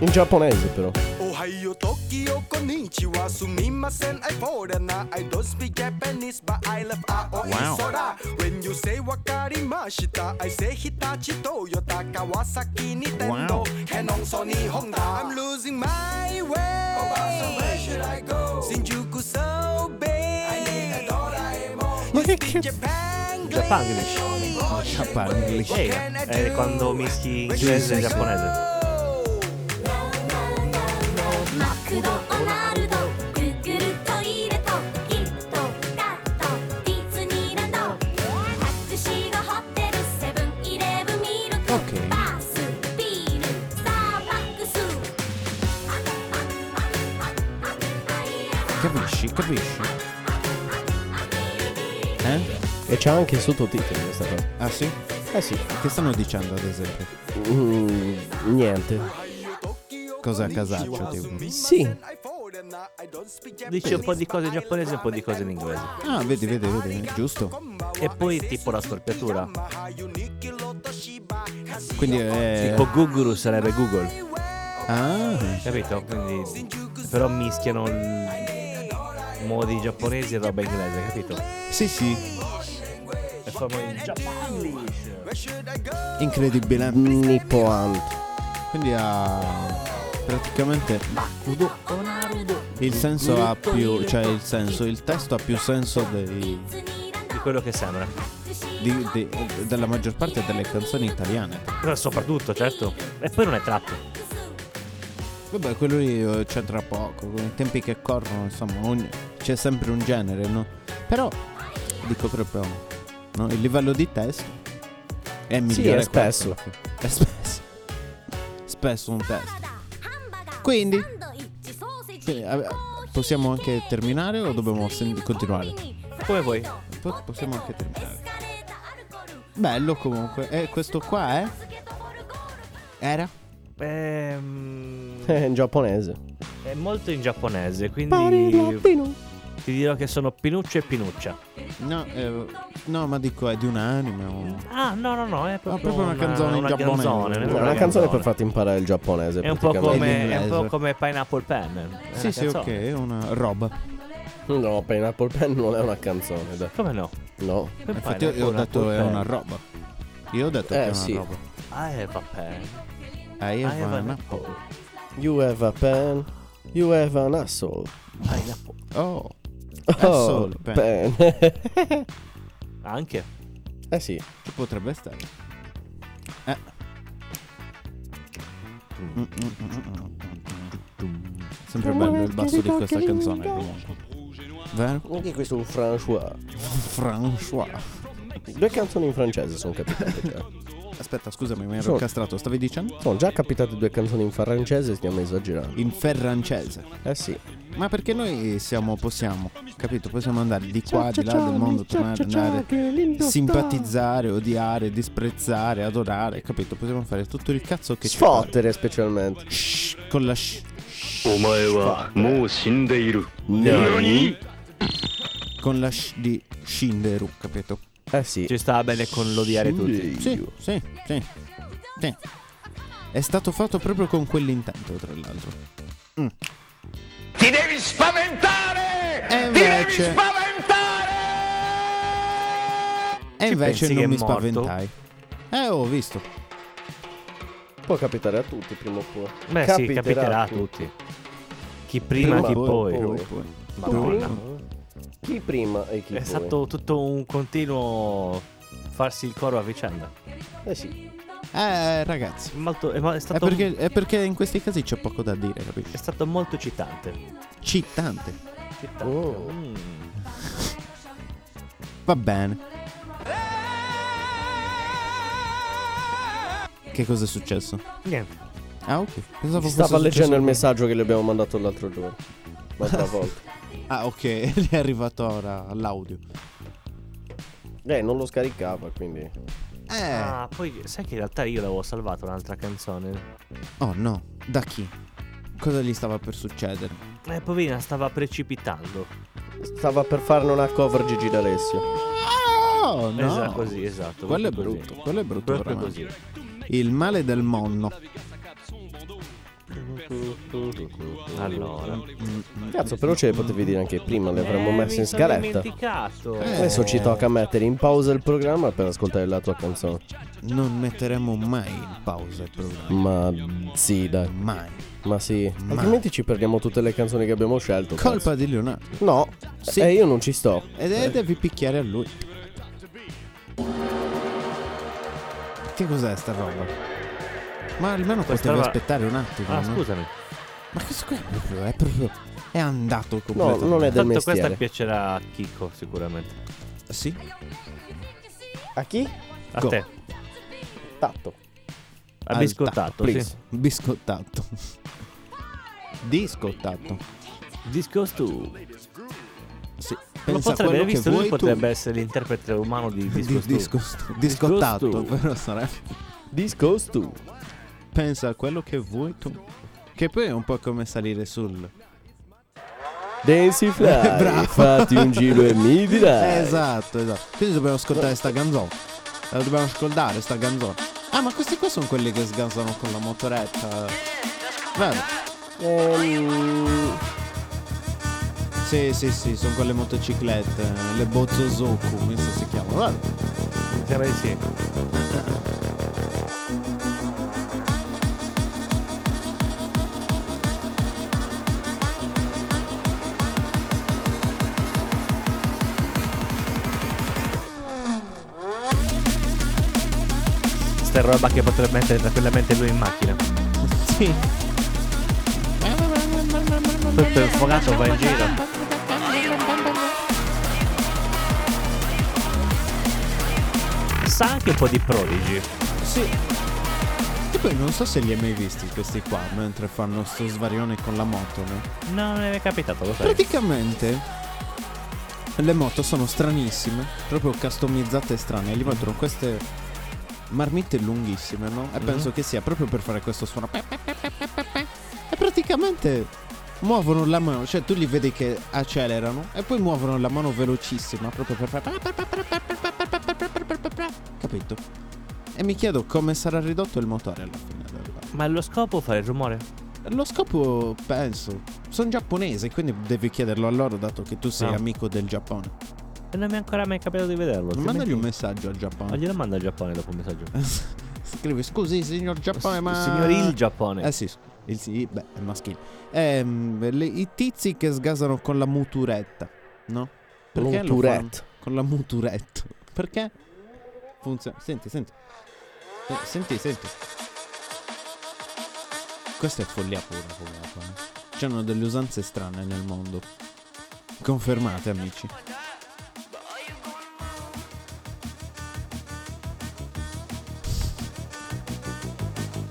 Speaker 4: In giapponese però.
Speaker 5: Ohio, Tokyo, konnichiwa, sumimasen, I foreigner. I don't speak Japanese, but I love Aoi
Speaker 2: Wow.
Speaker 5: Sora. When you say wakarimashita, I say Hitachi, Toyota, Kawasaki, Nintendo,
Speaker 2: Wow.
Speaker 5: Canon, Sony, Honda. I'm losing my way. Oh, where should I go? Shinjuku, so big. I need a Doraemon.
Speaker 4: Ma che cazzo?
Speaker 5: Japan,
Speaker 3: Japanglish.
Speaker 5: Oh,
Speaker 2: Japanglish.
Speaker 3: Sì, è quando mischi inglese e giapponese.
Speaker 6: マクドナルドグーグルトイレとキットカットディズニーランドタクシーがホテルセブンイレブンミルク
Speaker 2: Ok.
Speaker 6: バスビールスターバックス
Speaker 2: Capisci, capisci? Eh?
Speaker 4: E c'ha anche i sottotitoli questa cosa.
Speaker 2: Ah sì?
Speaker 4: Eh sì.
Speaker 2: Che stanno dicendo ad esempio?
Speaker 4: Mm, niente.
Speaker 2: Cosa a casaccio tipo?
Speaker 4: Sì.
Speaker 3: Dice un po' di cose in giapponese e un po' di cose in inglese.
Speaker 2: Ah, vedi, vedi, vedi, giusto?
Speaker 3: E poi tipo la storpiatura.
Speaker 2: Quindi è...
Speaker 3: Tipo Guguru sarebbe Google,
Speaker 2: Ah,
Speaker 3: capito? Quindi però mischiano il- modi giapponesi e roba inglese, capito?
Speaker 2: sì sì,
Speaker 3: E fanno il Japanglish.
Speaker 2: incredibile.
Speaker 4: Nippoan. <laughs>
Speaker 2: Quindi ha praticamente il senso ha più, cioè il senso, il testo ha più senso dei,
Speaker 3: Di quello che sembra.
Speaker 2: di- di- della maggior parte delle canzoni italiane.
Speaker 3: Però soprattutto, certo. E poi non è trap.
Speaker 2: Vabbè, quello lì eh, c'entra poco, con i tempi che corrono, insomma, ogni- c'è sempre un genere, no? Però dico proprio no? il livello di testo è migliore
Speaker 4: è
Speaker 2: questo,
Speaker 4: spesso.
Speaker 2: alla fine. È spesso. Spesso un testo. Quindi? Quindi, eh, possiamo anche terminare o dobbiamo sen- continuare?
Speaker 3: Come vuoi.
Speaker 2: Po- possiamo anche terminare. Bello comunque. E questo qua è? Era?
Speaker 3: Ehm,
Speaker 4: Eh, in giapponese.
Speaker 3: è molto in giapponese, quindi ti dirò che sono Pinuccio e Pinuccia.
Speaker 2: No, eh, no, ma dico è di un anime. o-
Speaker 3: Ah, no, no, no, è proprio,
Speaker 2: No, proprio una canzone in
Speaker 3: una
Speaker 2: giapponese.
Speaker 3: canzone,
Speaker 4: È
Speaker 2: È
Speaker 3: nemmeno
Speaker 4: una canzone per farti imparare il giapponese.
Speaker 3: È un po'
Speaker 4: praticamente.
Speaker 3: come, è
Speaker 2: È
Speaker 3: un
Speaker 2: in
Speaker 3: po'
Speaker 2: inglese.
Speaker 3: come Pineapple Pen. è
Speaker 2: Sì,
Speaker 3: una
Speaker 2: sì, ok,
Speaker 3: Eh, canzone.
Speaker 2: è una roba.
Speaker 4: No, Pineapple Pen non è una canzone. dai.
Speaker 3: Come no?
Speaker 4: No.
Speaker 3: Come
Speaker 2: Infatti io,
Speaker 3: Pineapple
Speaker 2: io ho detto
Speaker 3: Pen?
Speaker 2: è una roba. Io ho detto che
Speaker 4: Eh,
Speaker 2: è una
Speaker 4: sì.
Speaker 2: roba.
Speaker 3: Ah, eh, vabbè.
Speaker 2: I
Speaker 3: Ah, eh,
Speaker 2: have an
Speaker 3: vabbè.
Speaker 2: apple.
Speaker 4: You have a pen. You have an asshole.
Speaker 3: Pineapple.
Speaker 2: Oh,
Speaker 4: Oh,
Speaker 2: Asshole pen.
Speaker 4: pen. <laughs>
Speaker 3: Anche.
Speaker 4: eh sì.
Speaker 2: ci potrebbe stare. Eh. Mm, mm, mm, mm, mm, mm. Sempre bello il basso di questa canzone comunque. Vero?
Speaker 4: Anche questo è un François.
Speaker 2: François.
Speaker 4: Due canzoni in francese sono capitate già.
Speaker 2: Aspetta, scusami, mi ero
Speaker 4: Solo.
Speaker 2: incastrato. Stavi dicendo?
Speaker 4: Sono già capitate due canzoni in francese, stiamo esagerando.
Speaker 2: In ferrancese.
Speaker 4: Eh sì.
Speaker 2: Ma perché noi siamo, possiamo, capito? Possiamo andare di qua, di là del mondo, tornare, andare, simpatizzare, odiare, disprezzare, adorare, capito? Possiamo fare tutto il cazzo che ci pare.
Speaker 4: Sfottere specialmente.
Speaker 2: Shh, con la sh,
Speaker 7: お前はもう死んでいる
Speaker 2: con la sh di Shinderu, capito?
Speaker 4: Eh sì.
Speaker 3: Ci stava bene con l'odiare tutti.
Speaker 2: Sì, sì, sì, sì. È stato fatto proprio con quell'intento, tra l'altro. Mm.
Speaker 5: Ti devi spaventare!
Speaker 2: E invece, e
Speaker 3: pensi
Speaker 2: invece
Speaker 3: che è
Speaker 2: non mi
Speaker 3: morto?
Speaker 2: spaventai. Eh, ho visto.
Speaker 4: Può capitare a tutti prima o poi.
Speaker 3: Beh, sì, capiterà a tutti. Chi prima,
Speaker 4: Prima,
Speaker 3: chi
Speaker 4: poi,
Speaker 3: poi.
Speaker 4: poi.
Speaker 3: Madonna.
Speaker 4: Chi prima e chi
Speaker 3: È
Speaker 4: poi.
Speaker 3: stato tutto un continuo farsi il coro a vicenda.
Speaker 4: Eh sì.
Speaker 2: Eh, ragazzi.
Speaker 3: Molto- è, ma- è
Speaker 2: È
Speaker 3: stato,
Speaker 2: Eh, perché, è perché in questi casi c'è poco da dire,
Speaker 3: è
Speaker 2: capisci?
Speaker 3: stato molto eccitante.
Speaker 2: Cittante.
Speaker 3: Eccitante.
Speaker 4: Oh.
Speaker 3: Mm.
Speaker 2: Va bene. Che cosa è successo?
Speaker 3: Niente.
Speaker 2: Ah, ok. Pensavo
Speaker 4: Stava
Speaker 2: fosse
Speaker 4: leggendo
Speaker 2: successo-
Speaker 4: il messaggio che le abbiamo mandato l'altro giorno. L'altra volta.
Speaker 2: Ah, ok. <laughs> Gli è arrivato ora l'audio.
Speaker 4: Eh, non lo scaricava, quindi.
Speaker 2: Eh.
Speaker 3: Ah, poi sai che in realtà io l'avevo salvato un'altra canzone.
Speaker 2: Oh no. Da chi? Cosa gli stava per succedere?
Speaker 3: Eh, poverina, stava precipitando.
Speaker 4: Stava per farne una cover Gigi d'Alessio.
Speaker 2: Oh no.
Speaker 3: Esatto, così, esatto.
Speaker 2: Quello è
Speaker 3: proprio così.
Speaker 2: brutto. Quello è brutto.
Speaker 3: Proprio
Speaker 2: veramente.
Speaker 3: così.
Speaker 2: Il male del monno.
Speaker 3: Allora.
Speaker 4: Cazzo, però ce le potevi dire anche prima, le avremmo messe in scaletta.
Speaker 3: Eh,
Speaker 4: Eh,
Speaker 3: dimenticato.
Speaker 4: Adesso ci tocca mettere in pausa il programma per ascoltare la tua canzone.
Speaker 2: Non metteremo mai in pausa il programma.
Speaker 4: Ma sì, dai.
Speaker 2: Mai.
Speaker 4: Ma sì.
Speaker 2: Ma-
Speaker 4: Altrimenti ci perdiamo tutte le canzoni che abbiamo scelto. cazzo.
Speaker 2: Colpa di Leonardo.
Speaker 4: No.
Speaker 2: Sì.
Speaker 4: Eh, io non ci sto.
Speaker 2: Ed è devi picchiare a lui. Che cos'è sta roba? Ma almeno
Speaker 3: Questa
Speaker 2: potevi
Speaker 3: roba-
Speaker 2: aspettare un attimo.
Speaker 3: Ah,
Speaker 2: no?
Speaker 3: scusami.
Speaker 2: Ma questo qui è proprio, è proprio. È andato
Speaker 4: No,
Speaker 2: completamente.
Speaker 4: non è del
Speaker 3: Tanto questa
Speaker 4: mestiere.
Speaker 3: piacerà a Chico sicuramente.
Speaker 2: Sì.
Speaker 4: A chi?
Speaker 3: A
Speaker 2: Go.
Speaker 3: te.
Speaker 4: Tatto.
Speaker 3: A
Speaker 2: Al
Speaker 3: biscottato,
Speaker 2: tatto, please.
Speaker 3: sì.
Speaker 2: Biscottato. Discottato.
Speaker 3: Discostu.
Speaker 2: Sì.
Speaker 3: Lo
Speaker 2: Pensa a
Speaker 3: potrebbe
Speaker 2: quello
Speaker 3: aver
Speaker 2: che
Speaker 3: visto lui
Speaker 2: vuoi tu.
Speaker 3: potrebbe essere l'interprete umano di
Speaker 2: Di-
Speaker 3: Discostu.
Speaker 2: discosto- discottato,
Speaker 3: Discosto.
Speaker 2: però sarebbe.
Speaker 4: Discostu.
Speaker 2: Pensa a quello che vuoi tu. Che poi è un po' come salire sul. <laughs>
Speaker 4: Dancy Fly.
Speaker 2: Bravo.
Speaker 4: Fatti un giro e mi dirai.
Speaker 2: Esatto, esatto. Quindi dobbiamo ascoltare sta canzone. La dobbiamo ascoltare sta canzone. Ah, ma questi qua sono quelli che sgansano con la motoretta. Vero?
Speaker 4: Ehm,
Speaker 2: Sì, sì, sì, sono quelle motociclette, le Bozozoku, questo si chiama. Guarda.
Speaker 3: Sembra di sì. Questa è roba che potrebbe mettere tranquillamente lui in macchina.
Speaker 2: Sì.
Speaker 3: Tutto infocato va in giro. Sa anche un po' di prodigi.
Speaker 2: Sì. E poi non so se li hai mai visti questi qua mentre fanno sto svarione con la moto, no?
Speaker 3: No, non è capitato, lo sai.
Speaker 2: Praticamente le moto sono stranissime, proprio customizzate e strane. Gli mettono queste marmitte lunghissime, no? E penso che sia proprio per fare questo suono. E praticamente muovono la mano, cioè tu li vedi che accelerano e poi muovono la mano velocissima proprio per fare Capito? E mi chiedo come sarà ridotto il motore alla fine. del-
Speaker 3: Ma lo scopo fa il rumore?
Speaker 2: lo scopo, penso, sono giapponese, quindi devi chiederlo a loro dato che tu sei
Speaker 3: Ah.
Speaker 2: amico del Giappone.
Speaker 3: E non mi è ancora mai capitato di vederlo.
Speaker 2: Mandagli un
Speaker 3: altrimenti-
Speaker 2: messaggio al
Speaker 3: Ma
Speaker 2: Giappone.
Speaker 3: glielo mando al Giappone dopo un messaggio.
Speaker 2: <laughs> Scrivi, scusi signor Giappone, ma...
Speaker 3: Signor il Giappone.
Speaker 2: Eh sì, il sì, beh, è maschile. Ehm, le- I tizi che sgasano con la muturetta, no? Perché lo fanno?
Speaker 4: Muturette.
Speaker 2: Con la muturetta. Perché? Funziona. Senti, senti. Eh, Senti, senti. Questa è follia pura comunque. eh. C'hanno delle usanze strane nel mondo. Confermate, amici.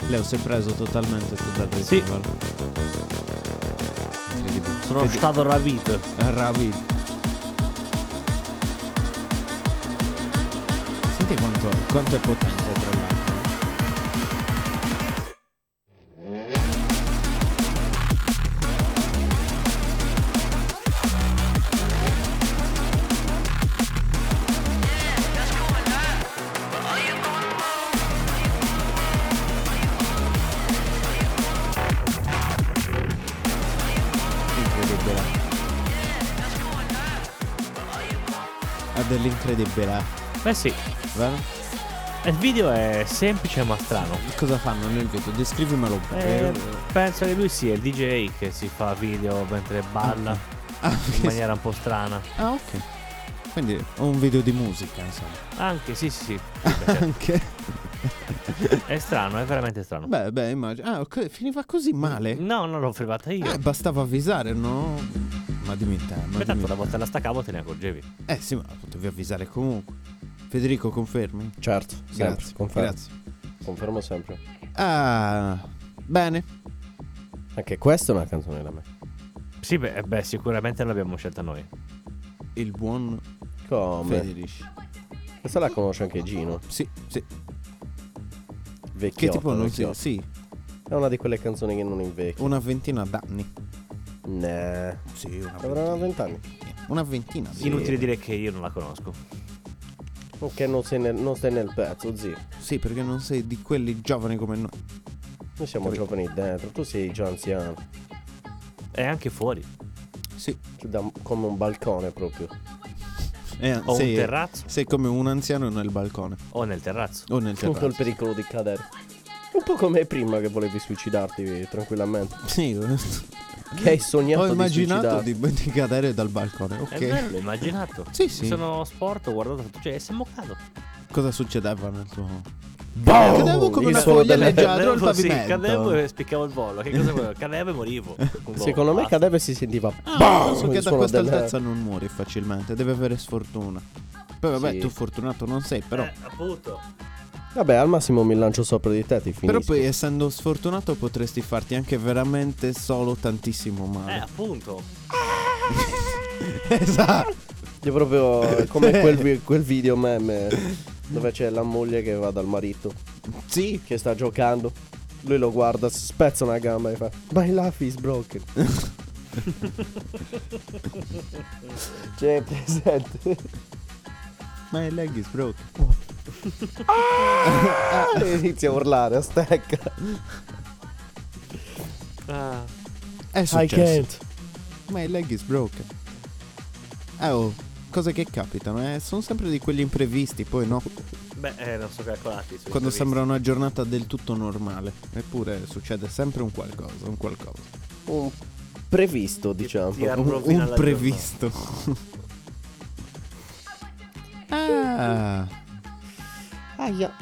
Speaker 2: Leo si è preso totalmente tutta la
Speaker 3: Sì.
Speaker 2: Incredibile.
Speaker 3: Sono
Speaker 2: Vedi-
Speaker 3: stato rapito.
Speaker 2: Ravi. Senti quanto, quanto è potente tra l'altro. Incredibile. Ha dell'incredibile, eh,
Speaker 3: Beh Eh, sì,
Speaker 2: vero?
Speaker 3: il video è semplice ma strano.
Speaker 2: Cosa fanno nel video? Descrivimelo
Speaker 3: Eh,
Speaker 2: bene.
Speaker 3: penso che lui sia il DJ che si fa video mentre balla
Speaker 2: Ah,
Speaker 3: in
Speaker 2: ok.
Speaker 3: maniera un po' strana.
Speaker 2: Ah, ok. Quindi ho un video di musica, insomma.
Speaker 3: <laughs> Anche, sì, sì, sì.
Speaker 2: Anche.
Speaker 3: È strano, è veramente strano.
Speaker 2: Beh, beh, immagino. Ah, ok, finiva così male.
Speaker 3: No, non l'ho fermata Mm, io.
Speaker 2: Eh, bastava avvisare, no? Ma dimmi te, ma
Speaker 3: Beh,
Speaker 2: dimmi
Speaker 3: tanto la
Speaker 2: te.
Speaker 3: bottella staccavo te ne accorgevi.
Speaker 2: Eh sì, ma potevi avvisare comunque. Federico, confermi?
Speaker 4: Certo, sempre.
Speaker 2: Grazie.
Speaker 4: Confermo,
Speaker 2: Grazie.
Speaker 4: confermo sempre.
Speaker 2: Ah, bene.
Speaker 4: Anche questa è una canzone da me.
Speaker 3: Sì, beh, eh, beh, sicuramente l'abbiamo scelta noi.
Speaker 2: Il buon
Speaker 4: Come?
Speaker 2: Federici.
Speaker 4: Questa la conosce anche Gino.
Speaker 2: Sì, sì. Che
Speaker 4: Vecchio.
Speaker 2: tipo non si... Sì,
Speaker 4: È una di quelle canzoni che non invecchia.
Speaker 2: una ventina d'anni.
Speaker 4: Nah.
Speaker 2: Sì, una
Speaker 4: Avranno vent'anni.
Speaker 2: Una ventina. Sì,
Speaker 3: Inutile dire che io non la conosco.
Speaker 4: Che non, sei nel- non stai nel pezzo, zio.
Speaker 2: Sì, perché non sei di quelli giovani come noi.
Speaker 4: Noi siamo
Speaker 2: Capito.
Speaker 4: giovani dentro, tu sei già anziano.
Speaker 3: È anche fuori.
Speaker 2: Sì.
Speaker 4: Cioè, da- come un balcone proprio.
Speaker 2: Eh,
Speaker 3: Ho
Speaker 2: sei,
Speaker 3: un terrazzo
Speaker 2: Sei come un anziano nel balcone.
Speaker 3: o nel terrazzo.
Speaker 2: O nel
Speaker 4: Non col
Speaker 2: terrazzo.
Speaker 4: pericolo di cadere. Un po' come prima che volevi suicidarti tranquillamente.
Speaker 2: Sì,
Speaker 4: Che hai sognato
Speaker 2: ho immaginato
Speaker 4: Mm. di suicidarti.
Speaker 2: di, di cadere dal balcone.
Speaker 3: È
Speaker 2: Ok.
Speaker 3: bello, l'ho immaginato.
Speaker 2: Sì, sì.
Speaker 3: Mi sono sporto, ho guardato tutto, cioè, si è moccato.
Speaker 2: Cosa succedeva nel tuo.
Speaker 4: Boom!
Speaker 2: Cadevo come
Speaker 4: Il
Speaker 2: una
Speaker 4: suono
Speaker 2: foglia
Speaker 4: delle-
Speaker 2: leggiadra al
Speaker 3: sì,
Speaker 2: pavimento.
Speaker 3: cadevo e spiccavo il volo. Che cosa volevo? Cadevo
Speaker 2: <laughs>
Speaker 3: e morivo. Un volo,
Speaker 4: Secondo me
Speaker 3: basta.
Speaker 4: cadeva e si sentiva.
Speaker 2: Ah, penso che
Speaker 4: Il
Speaker 2: da
Speaker 4: suono
Speaker 2: questa
Speaker 4: delle-
Speaker 2: altezza non muori facilmente, devi avere sfortuna. Poi vabbè,
Speaker 4: Sì.
Speaker 2: tu fortunato non sei, però.
Speaker 3: Eh, appunto.
Speaker 4: Vabbè, al massimo mi lancio sopra di te, ti
Speaker 2: però
Speaker 4: finisco.
Speaker 2: poi essendo sfortunato potresti farti anche veramente solo tantissimo
Speaker 3: Eh,
Speaker 2: male.
Speaker 3: appunto.
Speaker 2: <laughs> esatto.
Speaker 4: È proprio
Speaker 2: <laughs>
Speaker 4: come quel, vi- quel video meme dove c'è la moglie che va dal marito
Speaker 2: Sì.
Speaker 4: che sta giocando. Lui lo guarda, si spezza una gamba e fa: My life is broken.
Speaker 2: <laughs>
Speaker 4: C'è Cioè, presente.
Speaker 2: My leg is broken. Ah!
Speaker 4: E <laughs> inizia a urlare, a stecca.
Speaker 3: Ah,
Speaker 2: È successo. My leg is broken. Eh oh, cose che capitano, eh. Sono sempre di quegli imprevisti, poi no.
Speaker 3: beh, eh, non so calcolati. sui
Speaker 2: Quando
Speaker 3: previsti.
Speaker 2: sembra una giornata del tutto normale. Eppure succede sempre un qualcosa, un qualcosa.
Speaker 4: Un previsto, diciamo.
Speaker 3: Ti
Speaker 2: Un,
Speaker 3: arrovina la
Speaker 2: un
Speaker 3: giornata.
Speaker 2: previsto. ah,
Speaker 4: Aia.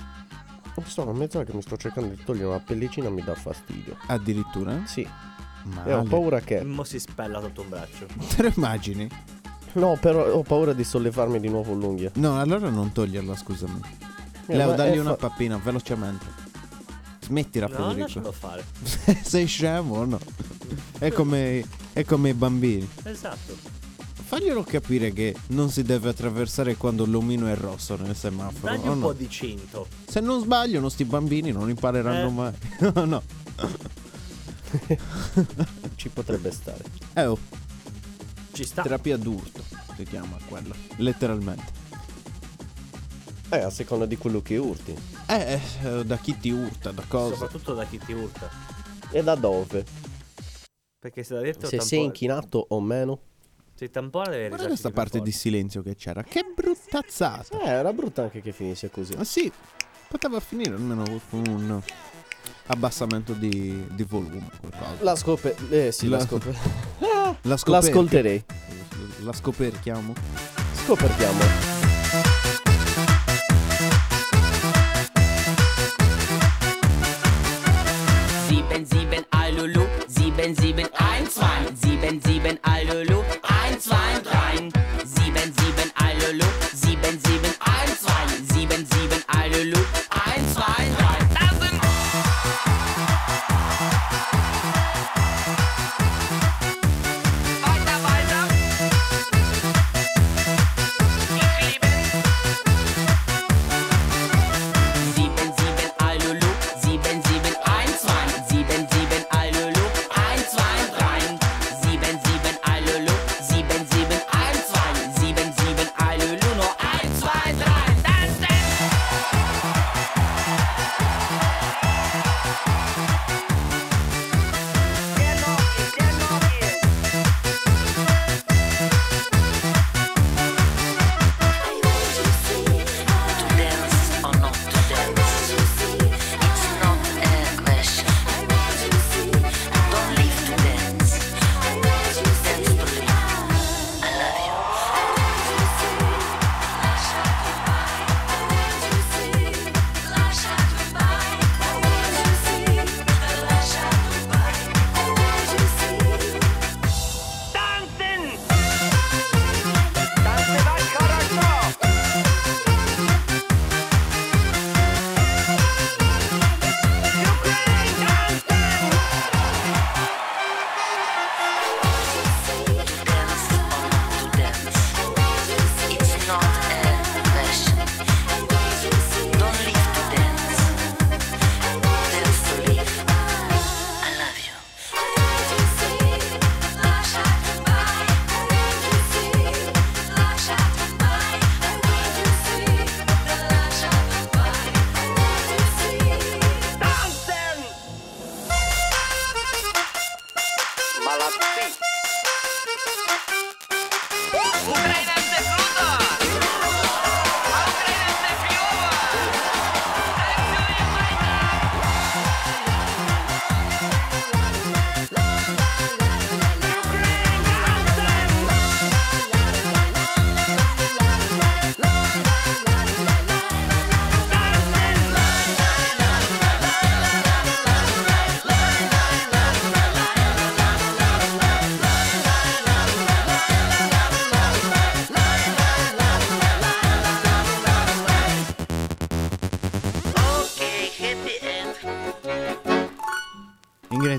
Speaker 4: Sono a mezz'ora che mi Oh, sto cercando di togliere una pellicina, mi dà fastidio.
Speaker 2: addirittura?
Speaker 4: Sì, e ho
Speaker 2: Male.
Speaker 4: paura che.
Speaker 2: Mm.
Speaker 3: Mo si spella sotto un braccio.
Speaker 2: Te lo immagini?
Speaker 4: No, però ho paura di sollevarmi di nuovo l'unghia.
Speaker 2: No, allora non toglierla, scusami.
Speaker 4: Eh,
Speaker 2: Leo,
Speaker 4: ma
Speaker 2: dagli
Speaker 4: è
Speaker 2: una
Speaker 4: fa-
Speaker 2: pappina, velocemente. Smettila,
Speaker 3: No,
Speaker 2: Federico.
Speaker 3: lascialo fare.
Speaker 2: <laughs> Sei scemo o no? È come, è come i bambini.
Speaker 3: Esatto.
Speaker 2: Oh, Faglielo capire che non si deve attraversare quando l'omino è rosso nel semaforo.
Speaker 3: Dagli
Speaker 2: o
Speaker 3: un
Speaker 2: no?
Speaker 3: po' di cinto.
Speaker 2: Se non sbagliano, sti bambini non impareranno
Speaker 3: Eh.
Speaker 2: mai. <laughs> no, no.
Speaker 4: Ci potrebbe stare.
Speaker 2: Eh, oh,
Speaker 3: Ci sta.
Speaker 2: terapia d'urto si chiama quella. Letteralmente.
Speaker 4: Eh, a seconda di quello che urti.
Speaker 2: Eh, eh, da chi ti urta, da cosa?
Speaker 3: Soprattutto da chi ti urta.
Speaker 4: E da dove?
Speaker 3: Perché se da dietro
Speaker 4: Se
Speaker 3: tampona-
Speaker 4: sei inchinato o meno.
Speaker 3: Se tampona deve
Speaker 2: Guarda
Speaker 3: risalire
Speaker 2: questa
Speaker 3: più
Speaker 2: parte di
Speaker 3: forte.
Speaker 2: silenzio che c'era. Che bruttazzata.
Speaker 4: Eh, era brutto anche che finisse così.
Speaker 2: Ma sì, poteva finire almeno con un abbassamento di, di volume. Qualcosa.
Speaker 4: La scope... Eh sì, <laughs> la,
Speaker 2: La-
Speaker 4: scope...
Speaker 2: La scoperchi-
Speaker 4: L'ascolterei.
Speaker 2: La scoperchiamo.
Speaker 4: Scoperchiamo.
Speaker 8: Sieben, sieben, Alulu, sieben, sieben, ein, zwei, sieben, sieben, Alulu, ein, zwei, drei, sieben, sieben, Alulu, sieben, sieben, ein, zwei, sieben, sieben, Alulu, ein, zwei, drei. Das sind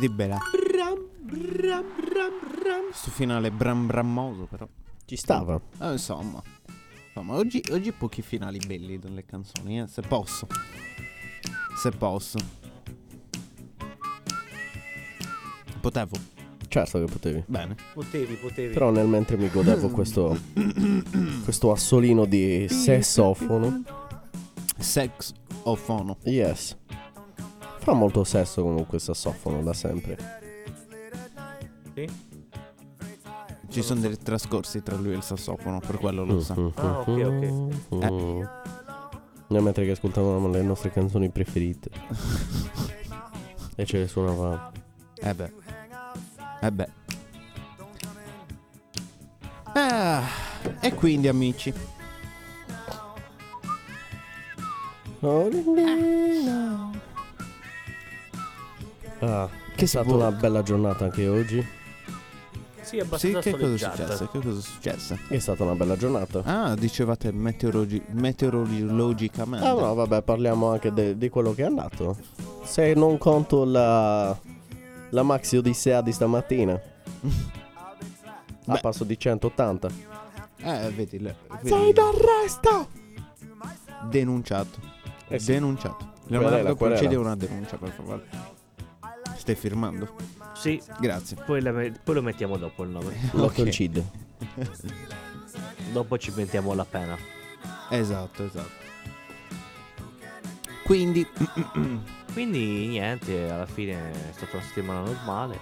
Speaker 2: di Bela. Sto finale bram brammoso però.
Speaker 4: Ci stava.
Speaker 2: Eh, insomma. Insomma, oggi, oggi pochi finali belli delle canzoni, eh, se posso. Se posso. Potevo.
Speaker 4: Certo che potevi.
Speaker 2: Bene.
Speaker 3: Potevi, potevi.
Speaker 4: Però nel mentre mi
Speaker 2: <coughs>
Speaker 4: godevo questo questo assolino di sessofono.
Speaker 2: Sex o fono.
Speaker 4: Yes. Fa molto sesso comunque il sassofono da sempre.
Speaker 3: Sì?
Speaker 2: Ci sono dei trascorsi tra lui e il sassofono, per quello lo sa.
Speaker 3: Ah, ok, Eh. ok.
Speaker 4: Mm. Nel mentre che ascoltavamo le nostre canzoni preferite. e ce le suonavamo.
Speaker 2: Eh beh. Eh beh. Ah, e quindi amici,
Speaker 4: Ah,
Speaker 2: Che
Speaker 4: che è stata
Speaker 2: vuole?
Speaker 4: una bella giornata anche oggi.
Speaker 3: Sì, è
Speaker 2: sì,
Speaker 3: abbastanza
Speaker 2: che cosa è
Speaker 3: soleggiata.
Speaker 2: successo? Che cosa è successo?
Speaker 4: È stata una bella giornata.
Speaker 2: Ah, dicevate meteorologi- meteorologicamente.
Speaker 4: Ah no, vabbè, parliamo anche de- di quello che è andato. Se non conto la, la maxi odissea di
Speaker 2: <laughs>
Speaker 4: stamattina. A
Speaker 2: Beh.
Speaker 4: passo di 180.
Speaker 2: Eh, vedi, le- vedi
Speaker 4: d'arresto!
Speaker 2: denunciato.
Speaker 4: Eh sì.
Speaker 2: Denunciato.
Speaker 4: Querela,
Speaker 2: Leonardo
Speaker 4: querela.
Speaker 2: concede una denuncia, per favore. Stai firmando?
Speaker 3: Sì,
Speaker 2: Grazie.
Speaker 3: poi, la me- poi lo mettiamo dopo il nome.
Speaker 4: Lo
Speaker 2: Ok.
Speaker 4: concide.
Speaker 3: Dopo ci mettiamo la pena.
Speaker 2: Esatto, esatto. Quindi,
Speaker 3: Quindi niente, alla fine è stata una settimana normale.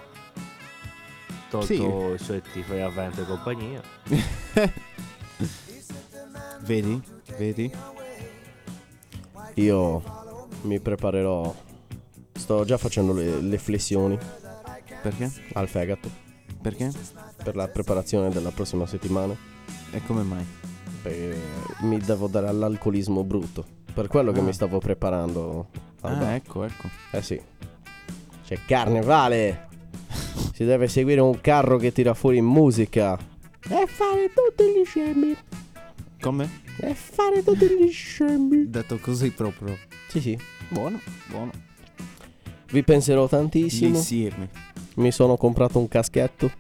Speaker 3: Tolto
Speaker 2: Sì.
Speaker 3: i soliti fai avvento e compagnia.
Speaker 2: vedi? Vedi?
Speaker 4: Io mi preparerò. Sto già facendo le, le flessioni
Speaker 2: Perché?
Speaker 4: al fegato
Speaker 2: Perché?
Speaker 4: per la preparazione della prossima settimana.
Speaker 2: E come mai?
Speaker 4: Perché mi devo dare all'alcolismo brutto. Per quello che
Speaker 2: Ah.
Speaker 4: mi stavo preparando. al bar.
Speaker 2: Ah, ecco, ecco.
Speaker 4: Eh sì. C'è carnevale. Si deve seguire un carro che tira fuori musica. E fare tutti gli scemi.
Speaker 2: Come?
Speaker 4: E fare tutti gli scemi.
Speaker 2: Detto così proprio.
Speaker 4: Sì, sì.
Speaker 2: Buono, buono.
Speaker 4: Vi penserò tantissimo.
Speaker 2: Insieme.
Speaker 4: Mi sono comprato un caschetto.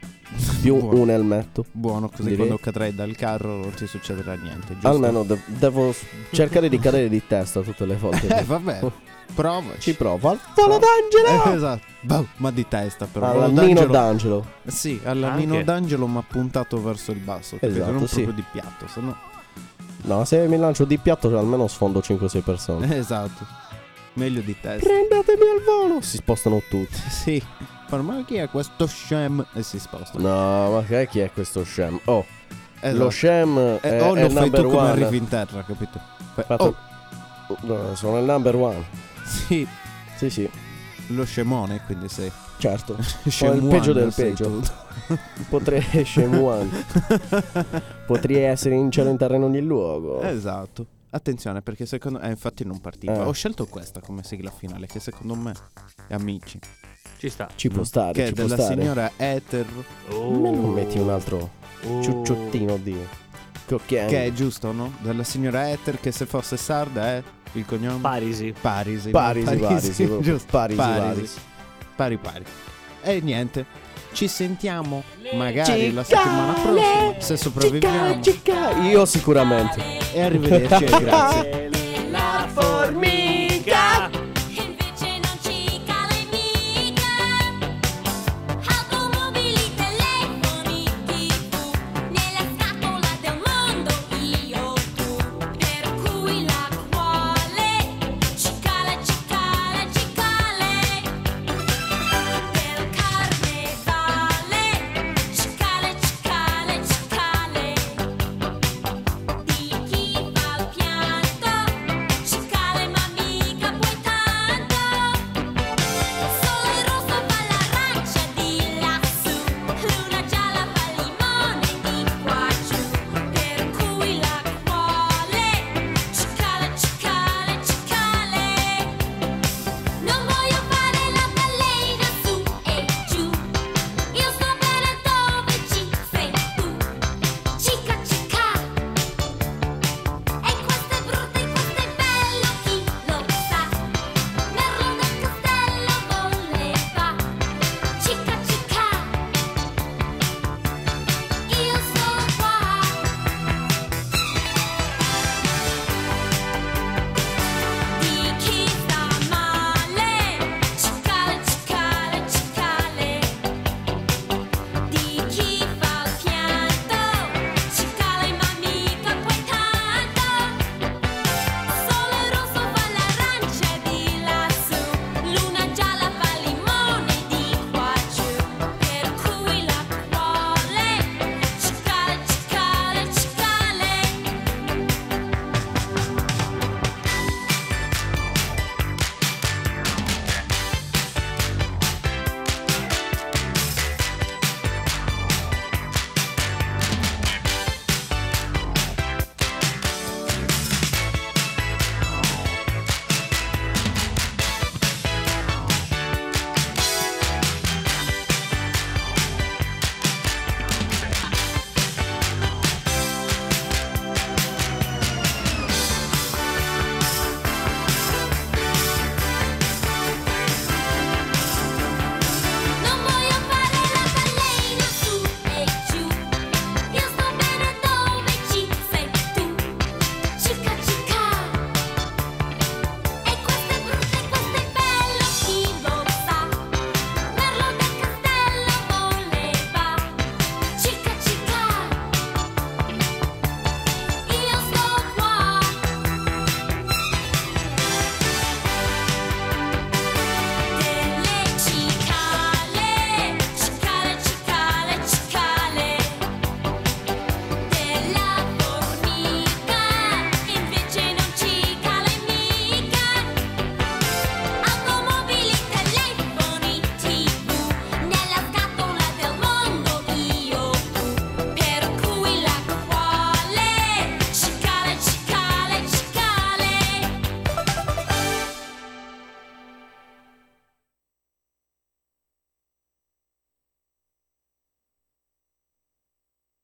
Speaker 4: Più
Speaker 2: Buono.
Speaker 4: un elmetto.
Speaker 2: Buono, così
Speaker 4: Direi.
Speaker 2: quando cadrai dal carro non ti succederà niente, giusto?
Speaker 4: Almeno de- devo s- cercare di cadere di testa tutte
Speaker 2: <laughs>
Speaker 4: le
Speaker 2: Eh,
Speaker 4: <laughs> volte.
Speaker 2: vabbè. Provaci.
Speaker 4: Oh. Ci provo. Al volo d'angelo!
Speaker 2: Eh, esatto. Boh, ma di testa però.
Speaker 4: Alla
Speaker 2: Nino
Speaker 4: Nino d'angelo.
Speaker 2: Sì, alla
Speaker 3: Anche.
Speaker 2: Nino d'Angelo ma puntato verso il basso, capito?
Speaker 4: Esatto,
Speaker 2: non
Speaker 4: sì.
Speaker 2: proprio di piatto, se no... <laughs>
Speaker 4: No, se mi lancio di piatto cioè, almeno sfondo 5-6 persone.
Speaker 2: Eh, Esatto. Meglio di testa.
Speaker 4: Prendetemi al volo! Si spostano tutti.
Speaker 2: <laughs> Sì. Fanno, Ma chi è questo scem? E si sposta.
Speaker 4: No, ma che- chi è questo Shem? Oh,
Speaker 2: Esatto.
Speaker 4: lo Shem
Speaker 2: Eh,
Speaker 4: è,
Speaker 2: o
Speaker 4: è
Speaker 2: lo
Speaker 4: il
Speaker 2: fai tu
Speaker 4: number
Speaker 2: come
Speaker 4: one.
Speaker 2: arrivi in terra, capito? Fai-
Speaker 4: Fatto-
Speaker 2: Oh,
Speaker 4: No, sono il number one.
Speaker 2: sì,
Speaker 4: Sì, sì,
Speaker 2: lo scemone, quindi sei.
Speaker 4: certo. Sono il
Speaker 2: Scemuan
Speaker 4: peggio del
Speaker 2: sei
Speaker 4: peggio.
Speaker 2: tu. <laughs>
Speaker 4: <laughs> Potrei Shem one. Potrei essere in cielo in terreno ogni luogo.
Speaker 2: Esatto. Attenzione perché secondo eh, infatti non partiva.
Speaker 4: Eh.
Speaker 2: Ho scelto questa come sigla finale che secondo me è Amici,
Speaker 3: Ci sta.
Speaker 4: Ci può stare,
Speaker 2: che è
Speaker 4: Ah, ci può
Speaker 2: della
Speaker 4: stare.
Speaker 2: signora Ether
Speaker 3: Oh.
Speaker 4: Come non metti un altro
Speaker 3: Oh.
Speaker 4: ciucciottino di cocchiano?
Speaker 2: che è giusto, no? Della signora Ether che se fosse sarda è il cognome
Speaker 3: Parisi.
Speaker 2: Parisi. no?
Speaker 4: Parisi, Parisi, proprio.
Speaker 2: giusto.
Speaker 4: Parisi,
Speaker 2: Parisi.
Speaker 4: Parisi.
Speaker 2: Pari pari. E niente. Ci sentiamo magari la settimana prossima se sopravviviamo.
Speaker 4: Cicca, Io sicuramente. <laughs>
Speaker 2: E arrivederci e grazie.
Speaker 6: É.